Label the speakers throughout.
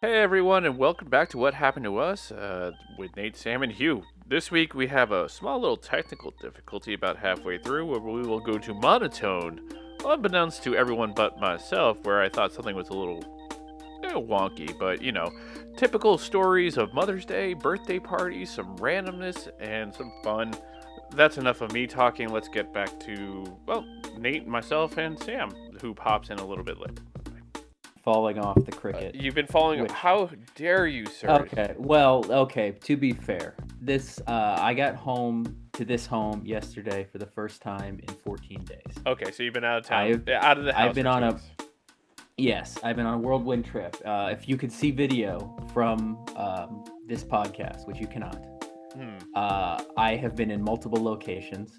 Speaker 1: Hey everyone, and welcome back to What Happened to Us uh, with Nate, Sam, and Hugh. This week we have a small little technical difficulty about halfway through where we will go to monotone, unbeknownst to everyone but myself, where I thought something was a little eh, wonky, but you know, typical stories of Mother's Day, birthday parties, some randomness, and some fun. That's enough of me talking. Let's get back to, well, Nate, myself, and Sam, who pops in a little bit later.
Speaker 2: falling off the
Speaker 1: Uh,
Speaker 2: cricket.
Speaker 1: You've been following.
Speaker 2: Wait.
Speaker 1: How dare you, sir?
Speaker 2: okay. Well, okay. To be fair, this uh, I got home to this home yesterday for the first time in 14 days.
Speaker 1: Okay, so you've been out of town,
Speaker 2: I've-
Speaker 1: yeah, out of the
Speaker 2: I've
Speaker 1: house.
Speaker 2: been
Speaker 1: for
Speaker 2: on
Speaker 1: two
Speaker 2: a-
Speaker 1: weeks.
Speaker 2: Yes, I've been on a whirlwind trip. Uh, if you could see video from um, this podcast, which you cannot,
Speaker 1: Hmm.
Speaker 2: uh, I have been in multiple locations.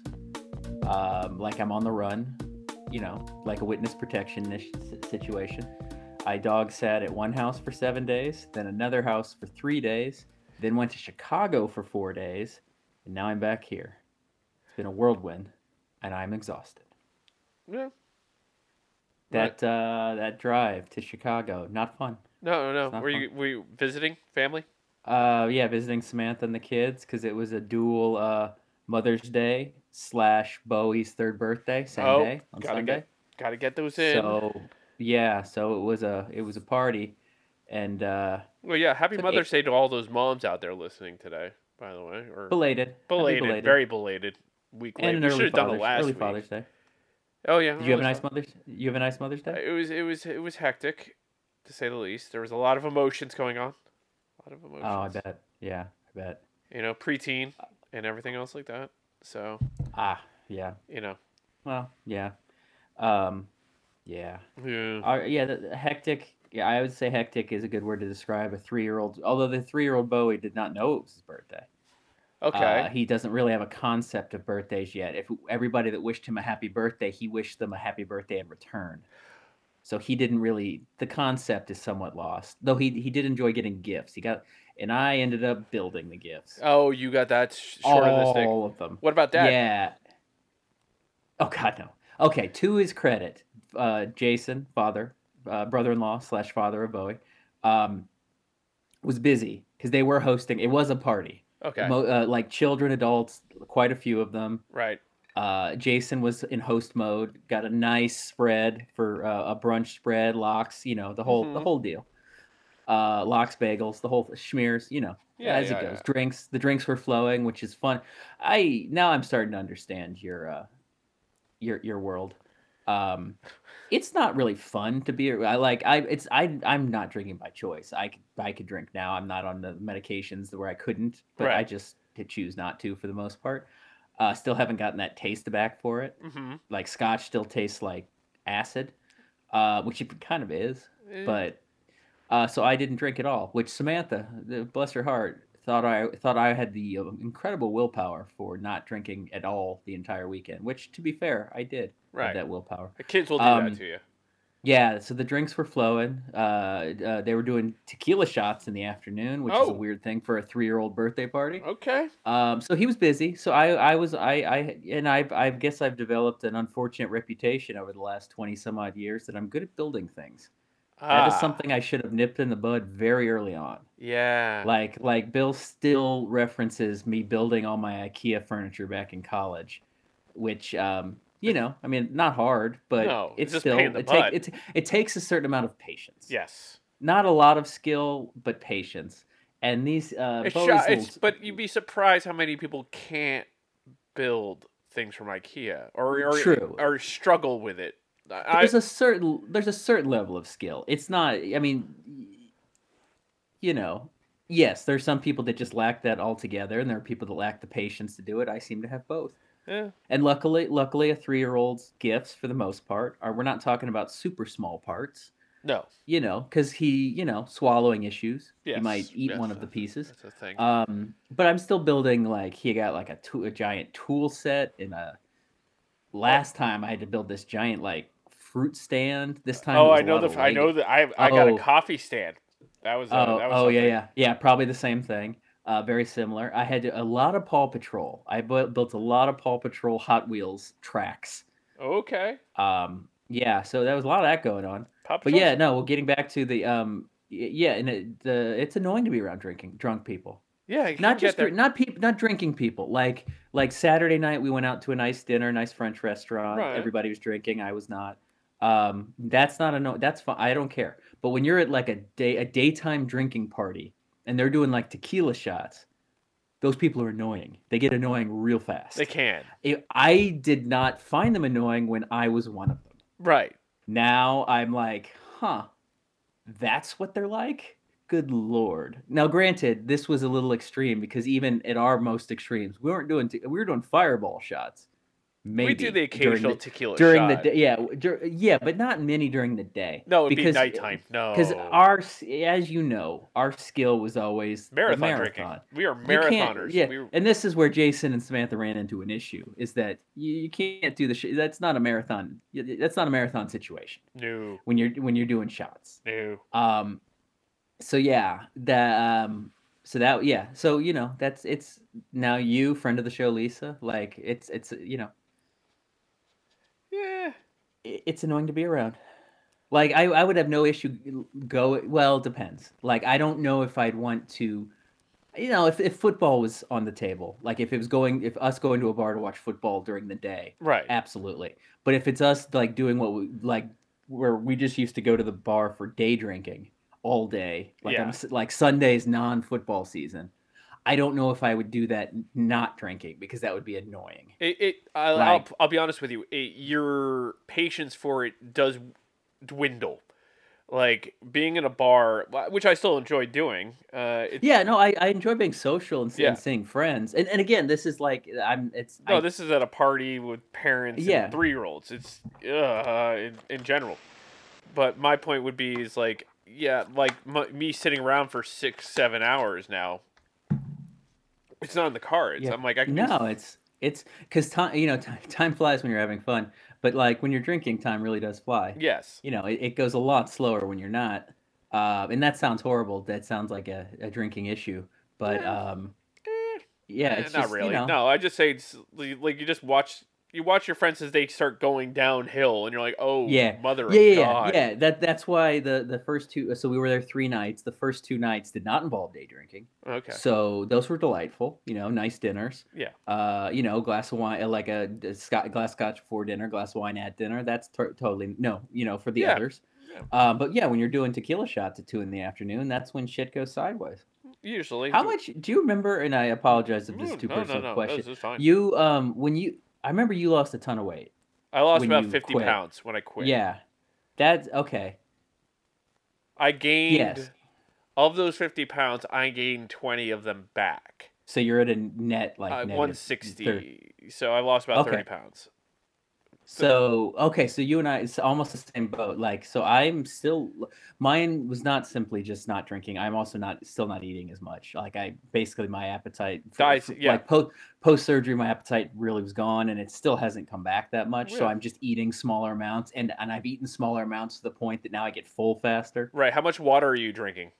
Speaker 2: Um, like I'm on the run, you know, like a witness protection ish situation. I dog sat at one house for seven days, then another house for three days, then went to Chicago for four days, and now I'm back here. It's been a whirlwind, and I'm exhausted.
Speaker 1: Yeah. Right.
Speaker 2: That uh, that drive to Chicago, not fun.
Speaker 1: No, no,
Speaker 2: it's
Speaker 1: no.
Speaker 2: not
Speaker 1: Were you were you visiting family?
Speaker 2: Uh, yeah, visiting Samantha and the kids because it was a dual uh, Mother's Day slash Bowie's third birthday same
Speaker 1: Oh,
Speaker 2: day on
Speaker 1: gotta
Speaker 2: Sunday.
Speaker 1: get Got to get those in.
Speaker 2: So yeah, so it was a it was a party, and uh,
Speaker 1: well, yeah. Happy
Speaker 2: so
Speaker 1: Mother's Day to all those moms out there listening today. By the way, or belated,
Speaker 2: belated, happy
Speaker 1: very belated. Week late.
Speaker 2: and an
Speaker 1: we
Speaker 2: early
Speaker 1: should have done
Speaker 2: Father's,
Speaker 1: it last
Speaker 2: early
Speaker 1: week.
Speaker 2: Father's Day.
Speaker 1: Oh yeah.
Speaker 2: Did you have
Speaker 1: early
Speaker 2: a nice
Speaker 1: Father-
Speaker 2: Mother's? You have a nice Mother's Day.
Speaker 1: It was it was it was hectic, to say the least. There was a lot of emotions going on. A lot of emotions.
Speaker 2: Oh, I bet. Yeah, I bet.
Speaker 1: You know, preteen and everything else like that. So
Speaker 2: Ah, yeah.
Speaker 1: you know.
Speaker 2: Well, yeah, um, yeah.
Speaker 1: Yeah.
Speaker 2: Uh, yeah, the, the hectic. Yeah, I would say hectic is a good word to describe a three-year-old. Although the three-year-old Bowie did not know it was his birthday.
Speaker 1: Okay.
Speaker 2: Uh, he doesn't really have a concept of birthdays yet. If everybody that wished him a happy birthday, he wished them a happy birthday in return. So he didn't really. The concept is somewhat lost. Though he he did enjoy getting gifts. He got, and I ended up building the gifts.
Speaker 1: oh, you got that sh- short of Oh, the stick.
Speaker 2: all of them.
Speaker 1: What about that?
Speaker 2: Oh. Yeah. Oh God, no. Okay, to his credit, uh, Jason, father, uh, brother-in-law slash father of Bowie, um, was busy because they were hosting. It was a party,
Speaker 1: Okay.
Speaker 2: Mo- uh, like children, adults, quite a few of them.
Speaker 1: right.
Speaker 2: Uh, Jason was in host mode, got a nice spread for uh, a brunch spread, lox, you know, the whole the
Speaker 1: Mhm.
Speaker 2: whole deal. Uh, lox bagels, the whole schmears, you know,
Speaker 1: Yeah.
Speaker 2: as
Speaker 1: yeah,
Speaker 2: it goes. Drinks, the drinks were flowing, which is fun. I now I'm starting to understand your uh, your your world. Um, it's not really fun to be. I like I it's I I'm not drinking by choice. I c- I could drink now. I'm not on the medications where I couldn't, but I
Speaker 1: Right.
Speaker 2: just to choose not to for the most part. Uh, still haven't gotten that taste back for it.
Speaker 1: yeah. Mhm.
Speaker 2: Like scotch still tastes like acid, uh, which it kind of is
Speaker 1: Eh,
Speaker 2: but uh, so I didn't drink at all. Which Samantha, th- bless her heart, thought I thought I had the uh, incredible willpower for not drinking at all the entire weekend. Which, to be fair, I did
Speaker 1: right.
Speaker 2: have that willpower.
Speaker 1: The kids will do
Speaker 2: Um,
Speaker 1: that to you.
Speaker 2: Yeah. So the drinks were flowing. Uh, uh, they were doing tequila shots in the afternoon, which is
Speaker 1: Oh.
Speaker 2: a weird thing for a three-year-old birthday party.
Speaker 1: Okay.
Speaker 2: Um, so he was busy. So I, I was, I, I, and I, I guess I've developed an unfortunate reputation over the last twenty some odd years that I'm good at building things. That is
Speaker 1: Ah,
Speaker 2: something I should have nipped in the bud very early on.
Speaker 1: Yeah.
Speaker 2: Like like Bill still references me building all my IKEA furniture back in college, which um you know I mean not hard, but
Speaker 1: No, it's
Speaker 2: it's
Speaker 1: just
Speaker 2: still
Speaker 1: pain in the
Speaker 2: it, take,
Speaker 1: butt.
Speaker 2: it it takes a certain amount of patience.
Speaker 1: yes.
Speaker 2: not a lot of skill, but patience. And these uh,
Speaker 1: It's
Speaker 2: Bowie's
Speaker 1: sho-
Speaker 2: little-
Speaker 1: it's, but you'd be surprised how many people can't build things from IKEA or or,
Speaker 2: True.
Speaker 1: or struggle with it. I,
Speaker 2: there's a certain there's a certain level of skill. It's not. I mean, y- you know, yes, there's some people that just lack that altogether, and there are people that lack the patience to do it. I seem to have both.
Speaker 1: yeah.
Speaker 2: And luckily, luckily, a three-year-old's gifts, for the most part, are we're not talking about super small parts,
Speaker 1: No.
Speaker 2: you know, because he, you know, swallowing issues,
Speaker 1: Yes,
Speaker 2: he might eat
Speaker 1: yes,
Speaker 2: one of the
Speaker 1: that's-
Speaker 2: pieces.
Speaker 1: That's a thing.
Speaker 2: Um, but I'm still building like he got like a, tool, a giant tool set and a. Last time I had to build this giant like fruit stand. This time, it
Speaker 1: oh,
Speaker 2: was
Speaker 1: I
Speaker 2: a
Speaker 1: know
Speaker 2: lot
Speaker 1: the.
Speaker 2: of
Speaker 1: f- I
Speaker 2: lighting.
Speaker 1: know that. I I got a
Speaker 2: Oh.
Speaker 1: coffee stand. That was. Uh,
Speaker 2: Oh,
Speaker 1: that was
Speaker 2: oh yeah,
Speaker 1: something.
Speaker 2: yeah, yeah. Probably the same thing. Uh, very similar. I had to, a lot of Paw Patrol. I bu- built a lot of Paw Patrol Hot Wheels tracks.
Speaker 1: Okay.
Speaker 2: Um, yeah, so there was a lot of that going on.
Speaker 1: Pop.
Speaker 2: But yeah, no. Well, getting back to the um, y- yeah, and it, the it's annoying to be around drinking drunk people.
Speaker 1: Yeah, you can
Speaker 2: Not
Speaker 1: get
Speaker 2: just
Speaker 1: there.
Speaker 2: dr- not people, not drinking people. Like like Saturday night, we went out to a nice dinner, nice French restaurant.
Speaker 1: Right.
Speaker 2: Everybody was drinking. I was not. Um, that's not a no. That's fine. I don't care. But when you're at like a day a daytime drinking party and they're doing like tequila shots, those people are annoying. They get annoying real fast.
Speaker 1: They can.
Speaker 2: It- I did not find them annoying when I was one of them
Speaker 1: Right.
Speaker 2: now I'm like, huh, that's what they're like? Good lord. Now, granted, this was a little extreme because even at our most extremes, we weren't doing te- we were doing fireball shots. Maybe
Speaker 1: we do the
Speaker 2: during
Speaker 1: occasional tequila
Speaker 2: during
Speaker 1: shot.
Speaker 2: the day. Yeah, dur- yeah, but not many during the day.
Speaker 1: No, it'd be nighttime. Oh. No.
Speaker 2: Because our, s- as you know, our skill was always the
Speaker 1: marathon, drinking.
Speaker 2: marathon.
Speaker 1: We are
Speaker 2: You can't-
Speaker 1: marathoners.
Speaker 2: Yeah,
Speaker 1: We-
Speaker 2: and this is where Jason and Samantha ran into an issue: is that you, you can't do the sh- that's not a marathon. That's not a marathon situation
Speaker 1: no,
Speaker 2: when you're when you're doing shots.
Speaker 1: no.
Speaker 2: Um, so yeah, the um, so that yeah, so you know that's it's now you friend of the show Lisa, like it's it's you know
Speaker 1: Yeah.
Speaker 2: i- it's annoying to be around. Like I I would have no issue go well depends. Like I don't know if I'd want to. You know, if, if football was on the table, like if it was going, if us going to a bar to watch football during the day,
Speaker 1: Right.
Speaker 2: absolutely but if it's us like doing what we like where we just used to go to the bar for day drinking all day like on
Speaker 1: Yeah.
Speaker 2: a s like sunday's non-football season i don't know if i would do that n- not drinking because that would be annoying
Speaker 1: It, it I'll, I'll,
Speaker 2: Like-
Speaker 1: I'll be honest with you. It, your patience for it does dwindle. Like being in a bar, wh- which I still enjoy doing. Uh, it,
Speaker 2: yeah no i, I enjoy being social and, s-
Speaker 1: Yeah.
Speaker 2: and seeing friends and, and again this is like i'm it's
Speaker 1: No,
Speaker 2: I-
Speaker 1: this is at a party with parents
Speaker 2: Yeah.
Speaker 1: and three-year-olds. It's uh, in, in general. But my point would be is like, yeah, like m- me sitting around for six, seven hours now. It's not in the cards.
Speaker 2: Yeah.
Speaker 1: I'm like, I can
Speaker 2: no it's it's because time you know time, time flies when you're having fun but like when you're drinking time really does fly
Speaker 1: yes,
Speaker 2: you know, it, it goes a lot slower when you're not. Uh, and that sounds horrible. That sounds like a, a drinking issue. But
Speaker 1: Yeah.
Speaker 2: um,
Speaker 1: Eh,
Speaker 2: yeah,
Speaker 1: eh,
Speaker 2: it's
Speaker 1: not
Speaker 2: just, you
Speaker 1: really.
Speaker 2: know,
Speaker 1: No, I just say it's, like you just watch. You watch your friends as they start going downhill, and you're like, "Oh,
Speaker 2: Yeah.
Speaker 1: mother
Speaker 2: yeah,
Speaker 1: of
Speaker 2: yeah, yeah,
Speaker 1: God!"
Speaker 2: yeah. That that's why the the first two. So we were there three nights. The first two nights did not involve day drinking.
Speaker 1: Okay,
Speaker 2: So those were delightful. You know, nice dinners.
Speaker 1: Yeah.
Speaker 2: Uh, you know, glass of wine, uh, like a, a scot- glass scotch before dinner, glass of wine at dinner. That's to- totally no. You know, for the
Speaker 1: Yeah.
Speaker 2: others.
Speaker 1: Yeah.
Speaker 2: Uh, but yeah, when you're doing tequila shots at two in the afternoon, that's when shit goes sideways.
Speaker 1: usually.
Speaker 2: How much do you remember? And I apologize if this
Speaker 1: No,
Speaker 2: is too
Speaker 1: Mm, no,
Speaker 2: personal
Speaker 1: no, no,
Speaker 2: question.
Speaker 1: This is fine.
Speaker 2: You um when you I remember you lost a ton of weight.
Speaker 1: I lost
Speaker 2: when
Speaker 1: about
Speaker 2: you
Speaker 1: fifty
Speaker 2: quit.
Speaker 1: pounds when I quit.
Speaker 2: Yeah. That's okay.
Speaker 1: I gained
Speaker 2: Yes.
Speaker 1: of those fifty pounds, I gained twenty of them back.
Speaker 2: So you're at a net like
Speaker 1: Uh,
Speaker 2: negative
Speaker 1: one
Speaker 2: thir-
Speaker 1: sixty. So I lost about
Speaker 2: Okay.
Speaker 1: thirty pounds.
Speaker 2: So okay, so you and I it's almost the same boat. Like so I'm still mine was not simply just not drinking. I'm also not still not eating as much. Like I basically my appetite for-
Speaker 1: Dies-
Speaker 2: for-
Speaker 1: yeah.
Speaker 2: like post post surgery my appetite really was gone and it still hasn't come back that much. So
Speaker 1: Yeah.
Speaker 2: I'm just eating smaller amounts and and I've eaten smaller amounts to the point that now I get full faster.
Speaker 1: Right. How much water are you drinking?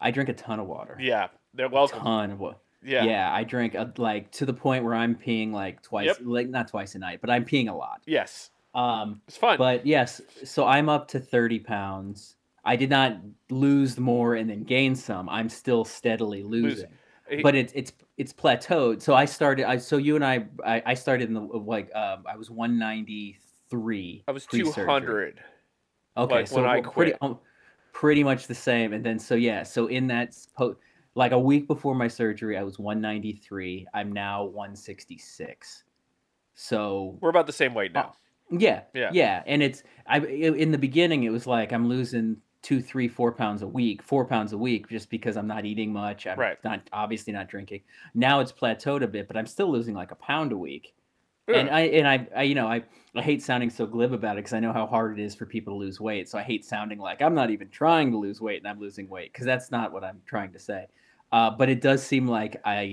Speaker 2: I drink a ton of water.
Speaker 1: Yeah. They're
Speaker 2: a
Speaker 1: welcome.
Speaker 2: ton of water.
Speaker 1: Yeah.
Speaker 2: Yeah. I drink uh like to the point where I'm peeing like twice,
Speaker 1: Yep.
Speaker 2: like not twice a night, but I'm peeing a lot.
Speaker 1: Yes.
Speaker 2: Um,
Speaker 1: It's fun.
Speaker 2: but yes, so I'm up to 30 pounds. I did not lose more and then gain some. I'm still steadily losing,
Speaker 1: It-
Speaker 2: but it's it's it's plateaued. So I started. I so you and I I, I started in the like um, I was 193.
Speaker 1: I was two
Speaker 2: pre-surgery.
Speaker 1: hundred.
Speaker 2: Okay,
Speaker 1: like,
Speaker 2: so
Speaker 1: when I
Speaker 2: we're pretty
Speaker 1: quit.
Speaker 2: um, pretty much the same. And then so yeah, so in that s- po- like a week before my surgery, I was 193. I'm now 166. So
Speaker 1: We're about the same weight now.
Speaker 2: yeah,
Speaker 1: Yeah.
Speaker 2: yeah. And it's I i- in the beginning it was like I'm losing two, three, four pounds a week, four pounds a week, just because I'm not eating much. I'm
Speaker 1: Right.
Speaker 2: not obviously not drinking. Now it's plateaued a bit, but I'm still losing like a pound a week Oh, and
Speaker 1: Ugh.
Speaker 2: I and I, I you know I, I hate sounding so glib about it because I know how hard it is for people to lose weight. So I hate sounding like I'm not even trying to lose weight and I'm losing weight because that's not what I'm trying to say. Uh, but it does seem like I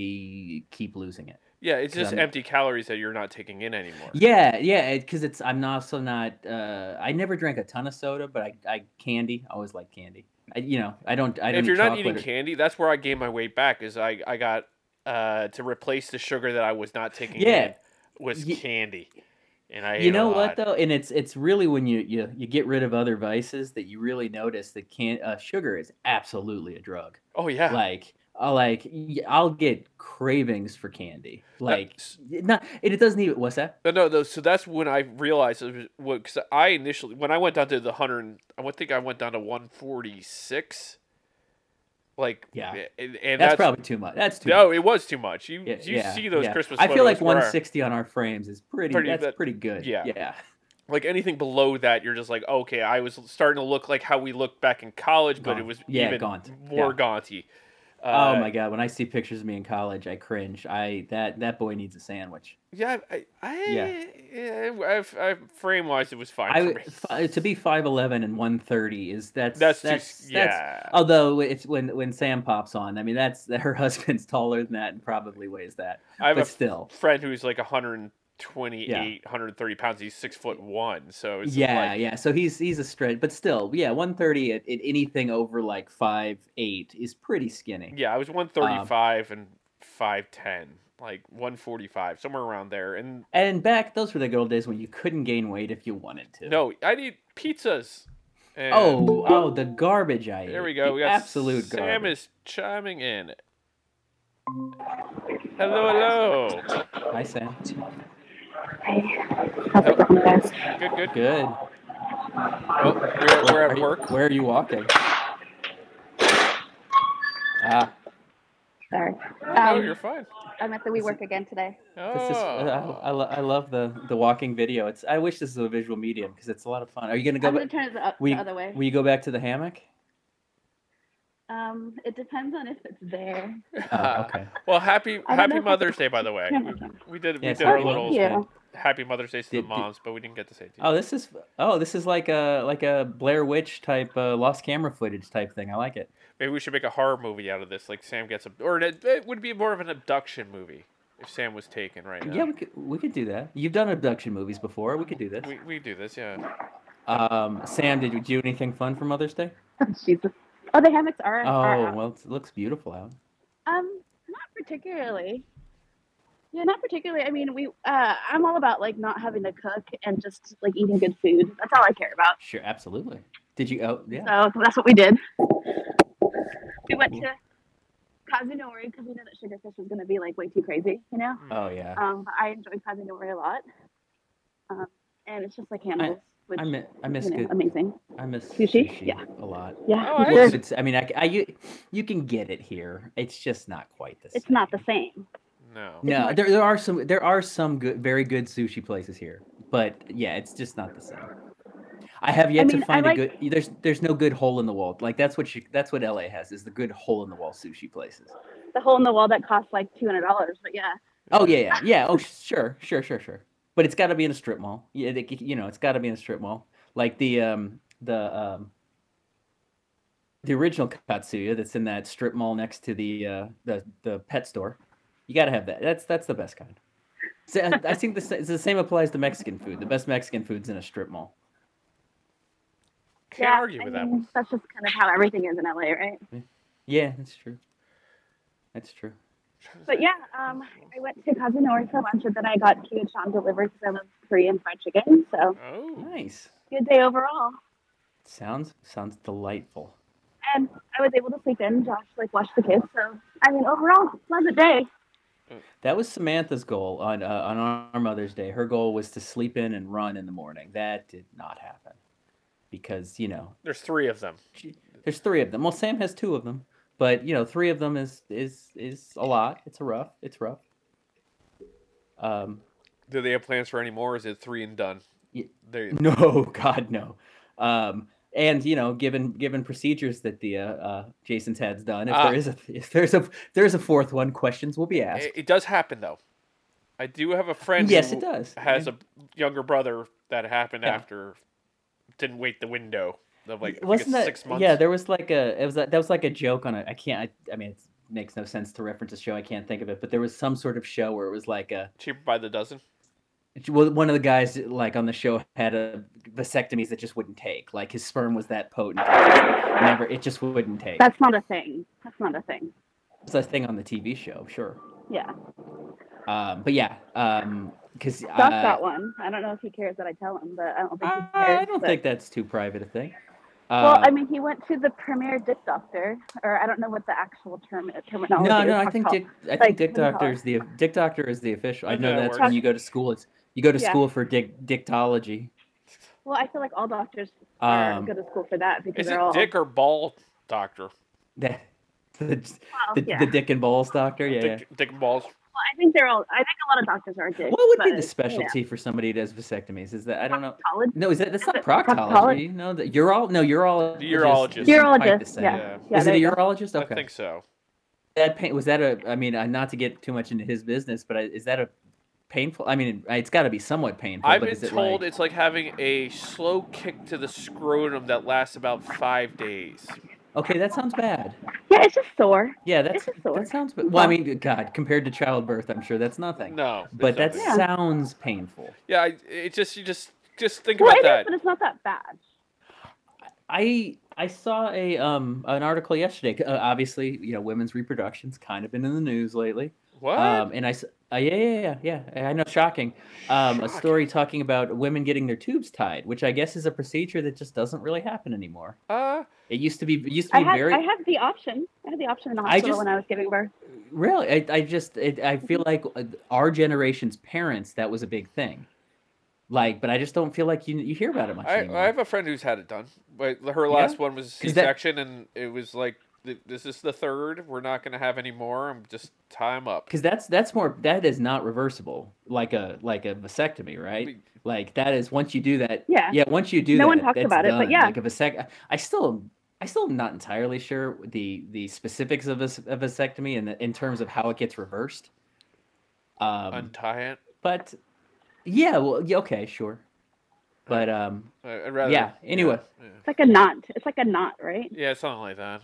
Speaker 2: keep losing it.
Speaker 1: yeah, it's just
Speaker 2: I'm-
Speaker 1: empty calories that you're not taking in anymore.
Speaker 2: Yeah, yeah, because it's I'm not also not. Uh, I never drank a ton of soda, but I, I candy. I always like candy. I, you know, I don't. I don't.
Speaker 1: if
Speaker 2: eat
Speaker 1: you're not
Speaker 2: chocolate
Speaker 1: eating
Speaker 2: or-
Speaker 1: candy, that's where I gained my weight back. Is I I got uh to replace the sugar that I was not taking.
Speaker 2: Yeah.
Speaker 1: in was
Speaker 2: Ye-
Speaker 1: candy. and I.
Speaker 2: you know what though, and it's it's really when you you you get rid of other vices that you really notice that can uh, sugar is absolutely a drug.
Speaker 1: Oh yeah.
Speaker 2: Like I like y- I'll get cravings for candy. Like not and it doesn't even what's that?
Speaker 1: No, no, no. So that's when I realized it was because I initially when I went down to the hundred, and- I would think I went down to one forty six. Like
Speaker 2: Yeah.
Speaker 1: and, and
Speaker 2: That's,
Speaker 1: that's,
Speaker 2: probably too much. That's too
Speaker 1: no,
Speaker 2: much.
Speaker 1: it was too much. You
Speaker 2: Yeah,
Speaker 1: you
Speaker 2: yeah,
Speaker 1: see those
Speaker 2: yeah.
Speaker 1: Christmas.
Speaker 2: I feel like
Speaker 1: photos where-
Speaker 2: 160 on our frames is pretty,
Speaker 1: Pretty
Speaker 2: that's
Speaker 1: bit-
Speaker 2: pretty good.
Speaker 1: yeah.
Speaker 2: Yeah.
Speaker 1: like anything below that, you're just like, okay, I was starting to look like how we looked back in college, but it
Speaker 2: Gaunt.
Speaker 1: was
Speaker 2: Yeah,
Speaker 1: even
Speaker 2: gaunt.
Speaker 1: more
Speaker 2: Yeah.
Speaker 1: gaunty.
Speaker 2: oh
Speaker 1: Uh,
Speaker 2: my god, when I see pictures of me in college, I cringe. I that that boy needs a sandwich.
Speaker 1: Yeah, I, I,
Speaker 2: Yeah.
Speaker 1: yeah, I, I, frame wise, it was fine
Speaker 2: I
Speaker 1: for
Speaker 2: would-
Speaker 1: me.
Speaker 2: fi- to be 5'11 and 130 is that's
Speaker 1: That's
Speaker 2: that's
Speaker 1: too
Speaker 2: that's,
Speaker 1: s-
Speaker 2: that's
Speaker 1: yeah.
Speaker 2: although it's when when Sam pops on, I mean that's her husband's taller than that and probably weighs that.
Speaker 1: I have a
Speaker 2: but
Speaker 1: f-
Speaker 2: still.
Speaker 1: friend who's like 128, 130 pounds. He's six foot one, so it's
Speaker 2: Yeah,
Speaker 1: like,
Speaker 2: yeah. So he's he's a stretch, but still, yeah, 130 at, at anything over like 5'8 is pretty skinny.
Speaker 1: Yeah, I was 135 and 510, like 145, somewhere around there. And
Speaker 2: And back those were the good old days when you couldn't gain weight if you wanted to.
Speaker 1: no, I need pizzas. And
Speaker 2: Oh, oh, the garbage I ate.
Speaker 1: there we go.
Speaker 2: The
Speaker 1: We got
Speaker 2: absolute
Speaker 1: Sam
Speaker 2: garbage.
Speaker 1: is chiming in. Hello, hello.
Speaker 2: Hi, Sam.
Speaker 3: Hey, how's it going, guys?
Speaker 1: Good, good.
Speaker 2: Good.
Speaker 1: Oh, we're, we're
Speaker 2: Are
Speaker 1: at
Speaker 2: you-
Speaker 1: work.
Speaker 2: where are you walking? Ah,
Speaker 3: Sorry.
Speaker 1: No, Oh, you're
Speaker 3: Um,
Speaker 1: fine.
Speaker 3: I'm at the WeWork again today.
Speaker 1: Oh.
Speaker 2: this is, uh, I, I, lo- I love the the walking video. It's I wish this was a visual medium because it's a lot of fun. Are you gonna go?
Speaker 3: I'm going
Speaker 2: Back,
Speaker 3: to turn it the, o-
Speaker 2: we-
Speaker 3: the other way.
Speaker 2: will you go back to the hammock?
Speaker 3: um, it depends on if it's there.
Speaker 2: Oh, okay.
Speaker 1: Well, happy
Speaker 3: I don't know
Speaker 1: Happy
Speaker 3: if I-
Speaker 1: Mother's Day, by the way.
Speaker 3: No,
Speaker 1: We,
Speaker 3: no, no.
Speaker 1: we did
Speaker 2: Yes,
Speaker 1: we did our
Speaker 2: happy
Speaker 1: little
Speaker 3: Oh, Thank you.
Speaker 1: Happy Mother's Day to the
Speaker 2: Did- did-
Speaker 1: moms, but we didn't get to say it to you.
Speaker 2: Oh, this is oh, this is like a like a Blair Witch type uh, lost camera footage type thing. I like it.
Speaker 1: Maybe we should make a horror movie out of this, like Sam gets a, or it, it would be more of an abduction movie if Sam was taken right now.
Speaker 2: Yeah, we could we could do that. You've done abduction movies before. We could do this.
Speaker 1: we, we do this, yeah.
Speaker 2: Um, Sam, did you do anything fun for Mother's Day?
Speaker 3: Jesus. Oh, the hammocks are. are
Speaker 2: Oh,
Speaker 3: out.
Speaker 2: well, it looks beautiful out.
Speaker 3: Um, not particularly. Yeah, not particularly. I mean, we. Uh, I'm all about like not having to cook and just like eating good food. That's all I care about.
Speaker 2: Sure, absolutely. Did you? Oh, yeah.
Speaker 3: So that's what we did. We went to Kazunori because we knew that sugarfish was going to be like way too crazy, you know.
Speaker 2: Oh, yeah.
Speaker 3: Um, but I enjoy Kazunori a lot, um, and it's just like Hannibal, which
Speaker 2: I miss, I
Speaker 3: you
Speaker 2: miss
Speaker 3: know,
Speaker 2: good.
Speaker 3: amazing.
Speaker 2: I miss
Speaker 3: Sushi? Yeah.
Speaker 2: a lot.
Speaker 3: Yeah,
Speaker 1: Oh,
Speaker 3: it's
Speaker 1: I
Speaker 3: good.
Speaker 1: Yes.
Speaker 2: It's good- I mean, I, c- I- you, you can get it here. It's just not quite the same.
Speaker 3: it's not the same.
Speaker 1: No.
Speaker 2: No,
Speaker 3: not-
Speaker 2: there, there are some there are some good, very good sushi places here, but yeah, it's just not the same. I have yet
Speaker 3: mean, I
Speaker 2: to find
Speaker 3: like-
Speaker 2: a good. There's there's no good hole in the wall. Like that's what you, that's what LA has is the good hole in the wall sushi places.
Speaker 3: The hole in the wall that costs like two hundred dollars, but yeah,
Speaker 2: Oh yeah, yeah, yeah. Oh sure, sure, sure, sure. But it's got to be in a strip mall. Yeah, they, you know, it's got to be in a strip mall. Like the um the um the original Katsuya that's in that strip mall next to the uh the the pet store. You got to have that. That's that's the best kind. So I, I think the, sa- the same applies to Mexican food. The best Mexican food's in a strip mall.
Speaker 1: Can't
Speaker 3: yeah,
Speaker 1: argue
Speaker 3: I
Speaker 1: with that
Speaker 3: mean,
Speaker 1: one.
Speaker 3: That's just kind of how everything is in LA, right?
Speaker 2: Yeah, that's true. That's true.
Speaker 3: But yeah, um, I went to Kazunori for lunch, and then I got Kyochan delivered because I love Korean fried chicken. So
Speaker 1: Oh.
Speaker 2: Nice.
Speaker 3: good day overall.
Speaker 2: Sounds sounds delightful.
Speaker 3: And I was able to sleep in. Josh like watched the kids. So I mean, overall, pleasant day.
Speaker 2: That was Samantha's goal on uh, on our Mother's Day. Her goal was to sleep in and run in the morning. That did not happen because you know
Speaker 1: There's three of them.
Speaker 2: she, there's three of them. Well, Sam has two of them, but you know three of them is is is a lot. It's a rough. It's rough. Um,
Speaker 1: Do they have plans for any more? Or is it three and done?
Speaker 2: Ye-
Speaker 1: They,
Speaker 2: no, God, no. Um, and you know, given given procedures that the uh, uh, Jason's had's done, if
Speaker 1: Ah.
Speaker 2: there is a if there's a there's a fourth one, questions will be asked.
Speaker 1: it, it does happen though. I do have a friend.
Speaker 2: yes,
Speaker 1: who
Speaker 2: it does.
Speaker 1: Has a younger brother that happened
Speaker 2: Yeah.
Speaker 1: after. Didn't wait the window of like I think
Speaker 2: wasn't
Speaker 1: it's
Speaker 2: that
Speaker 1: six months.
Speaker 2: yeah there was like a it was that that was like a joke on a i can't i, I mean it makes no sense to reference a show i can't think of it but there was some sort of show where it was like a
Speaker 1: cheaper by the dozen.
Speaker 2: well, one of the guys like on the show had a vasectomies that just wouldn't take like his sperm was that potent never it just wouldn't take
Speaker 3: That's not a thing. That's not a thing.
Speaker 2: it's a thing on the tv show sure
Speaker 3: Yeah.
Speaker 2: Um, but yeah, um, because
Speaker 3: Doc got one. I don't know if he cares that I tell him, but I don't think he cares.
Speaker 2: Uh, I don't
Speaker 3: but-
Speaker 2: think that's too private a thing.
Speaker 3: well,
Speaker 2: Uh,
Speaker 3: I mean, he went to the premier dick doctor, or I don't know what the actual term terminology.
Speaker 2: no,
Speaker 3: is
Speaker 2: no, I
Speaker 3: for
Speaker 2: think
Speaker 3: called.
Speaker 2: Dick, I think
Speaker 3: Like,
Speaker 2: Dick
Speaker 3: what do you call
Speaker 2: Doctor
Speaker 3: it?
Speaker 2: is the Dick Doctor is the official. I
Speaker 1: Okay,
Speaker 2: know
Speaker 1: that
Speaker 2: that's
Speaker 1: works.
Speaker 2: when you go to school. It's you go to
Speaker 3: Yeah.
Speaker 2: school for dick dictology.
Speaker 3: Well, I feel like all doctors are
Speaker 2: Um,
Speaker 3: go to school for that because
Speaker 1: Is
Speaker 3: they're
Speaker 1: it
Speaker 3: all
Speaker 1: dick or ball doctor?
Speaker 2: that the,
Speaker 3: well,
Speaker 2: the,
Speaker 3: yeah.
Speaker 2: the dick and balls doctor. Yeah, yeah.
Speaker 1: Dick, dick and balls.
Speaker 3: Well, I think they're all. I think a lot of doctors are dicks.
Speaker 2: What would be the
Speaker 3: but, you
Speaker 2: specialty for somebody who does vasectomies? Is that I don't know.
Speaker 3: know, college-
Speaker 2: No, is that that's
Speaker 3: Is
Speaker 2: not
Speaker 3: it proctology?
Speaker 2: proctology? No, that you're all no, you're all
Speaker 1: Urologist.
Speaker 3: Urologist, yeah.
Speaker 1: Yeah.
Speaker 3: Yeah,
Speaker 2: is it
Speaker 3: there
Speaker 2: a
Speaker 3: you go.
Speaker 2: urologist? Okay.
Speaker 1: I think so.
Speaker 2: that pain was that a i mean uh, not to get too much into his business but I, is that a painful i mean it's got to be somewhat painful
Speaker 1: I've
Speaker 2: but
Speaker 1: been
Speaker 2: is it
Speaker 1: told
Speaker 2: like,
Speaker 1: it's like having a slow kick to the scrotum that lasts about five days.
Speaker 2: okay that sounds bad
Speaker 3: Yeah, it's just sore.
Speaker 2: yeah that's
Speaker 3: It's a sore.
Speaker 2: that sounds bad well i mean god compared to childbirth i'm sure that's nothing
Speaker 1: No, it's
Speaker 2: but that
Speaker 1: nothing.
Speaker 3: Yeah.
Speaker 2: sounds painful
Speaker 1: yeah. I, it just you just just think
Speaker 3: Well, it
Speaker 1: about
Speaker 3: is,
Speaker 1: that.
Speaker 3: but it's not that bad.
Speaker 2: i i saw a um an article yesterday uh, obviously you know women's reproductions kind of been in the news lately
Speaker 1: What?
Speaker 2: Um, and I, s- uh, yeah, yeah, yeah, yeah, yeah. I know, shocking. Um, A story talking about women getting their tubes tied, which I guess is a procedure that just doesn't really happen anymore.
Speaker 1: uh,
Speaker 2: It used to be, it used to
Speaker 3: I
Speaker 2: be
Speaker 3: had
Speaker 2: very
Speaker 3: I had the option. I had the option in the
Speaker 2: I
Speaker 3: hospital
Speaker 2: just-
Speaker 3: when I was giving birth.
Speaker 2: really. I, I just, it, I feel like
Speaker 3: Mm-hmm.
Speaker 2: uh, our generation's parents that was a big thing. Like, but I just don't feel like you you hear about it much
Speaker 1: I, I
Speaker 2: anymore.
Speaker 1: have a friend who's had it done, but her
Speaker 2: Yeah?
Speaker 1: last one was a
Speaker 2: that-
Speaker 1: C-section, and it was like, th- "This is the third. We're not gonna have any more. I'm just tie 'em up."
Speaker 2: Because that's that's more that is not reversible, like a like a vasectomy, right?
Speaker 1: mean-
Speaker 2: Like that is once you do that,
Speaker 3: Yeah.
Speaker 2: Yeah, once you do
Speaker 3: No
Speaker 2: that,
Speaker 3: one talks
Speaker 2: that's
Speaker 3: about it, but
Speaker 2: done.
Speaker 3: yeah.
Speaker 2: Like a vasect- I still, I still am not entirely sure the the specifics of a, s- of vasectomy and the, in terms of how it gets reversed. Um,
Speaker 1: Untie it.
Speaker 2: but yeah, well, yeah, okay, sure. But um,
Speaker 1: I- Uh, I'd rather.
Speaker 2: yeah, anyway.
Speaker 1: Yeah, yeah.
Speaker 3: It's like a knot. It's like a knot, right?
Speaker 1: Yeah, something like that.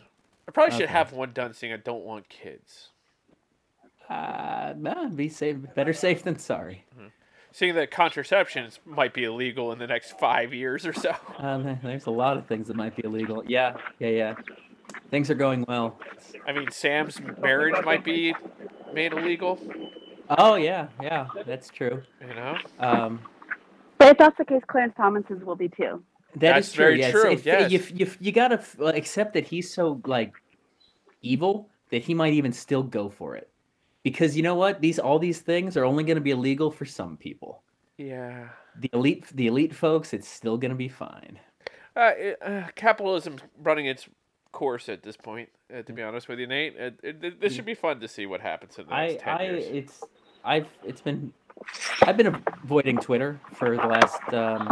Speaker 1: I probably should
Speaker 2: Okay.
Speaker 1: have one done, seeing I don't want kids.
Speaker 2: uh, no, be safe, better safe than sorry.
Speaker 1: Seeing that contraception is- might be illegal in the next five years or so.
Speaker 2: Um, there- there's a lot of things that might be illegal. Yeah, yeah, yeah. Things are going well.
Speaker 1: I mean, Sam's marriage might be made illegal.
Speaker 2: Oh yeah, yeah, that's true.
Speaker 1: You know,
Speaker 2: Um,
Speaker 3: But if that's the case, Clarence Thomas's will be too.
Speaker 2: That's
Speaker 1: That's very
Speaker 2: yes.
Speaker 1: true,
Speaker 2: If-
Speaker 1: yes.
Speaker 2: if- if- you gotta f- like, accept that he's so like evil that he might even still go for it, because you know what? These all these things are only going to be illegal for some people.
Speaker 1: yeah.
Speaker 2: The elite, the elite folks, it's still going to be fine.
Speaker 1: Uh, it, uh, capitalism's running its course at this point. Uh, to be honest with you, Nate, uh, it, th this should be fun to see what happens in the
Speaker 2: I,
Speaker 1: next ten
Speaker 2: I,
Speaker 1: years.
Speaker 2: it's, I've, it's been, I've been avoiding Twitter for the last, um,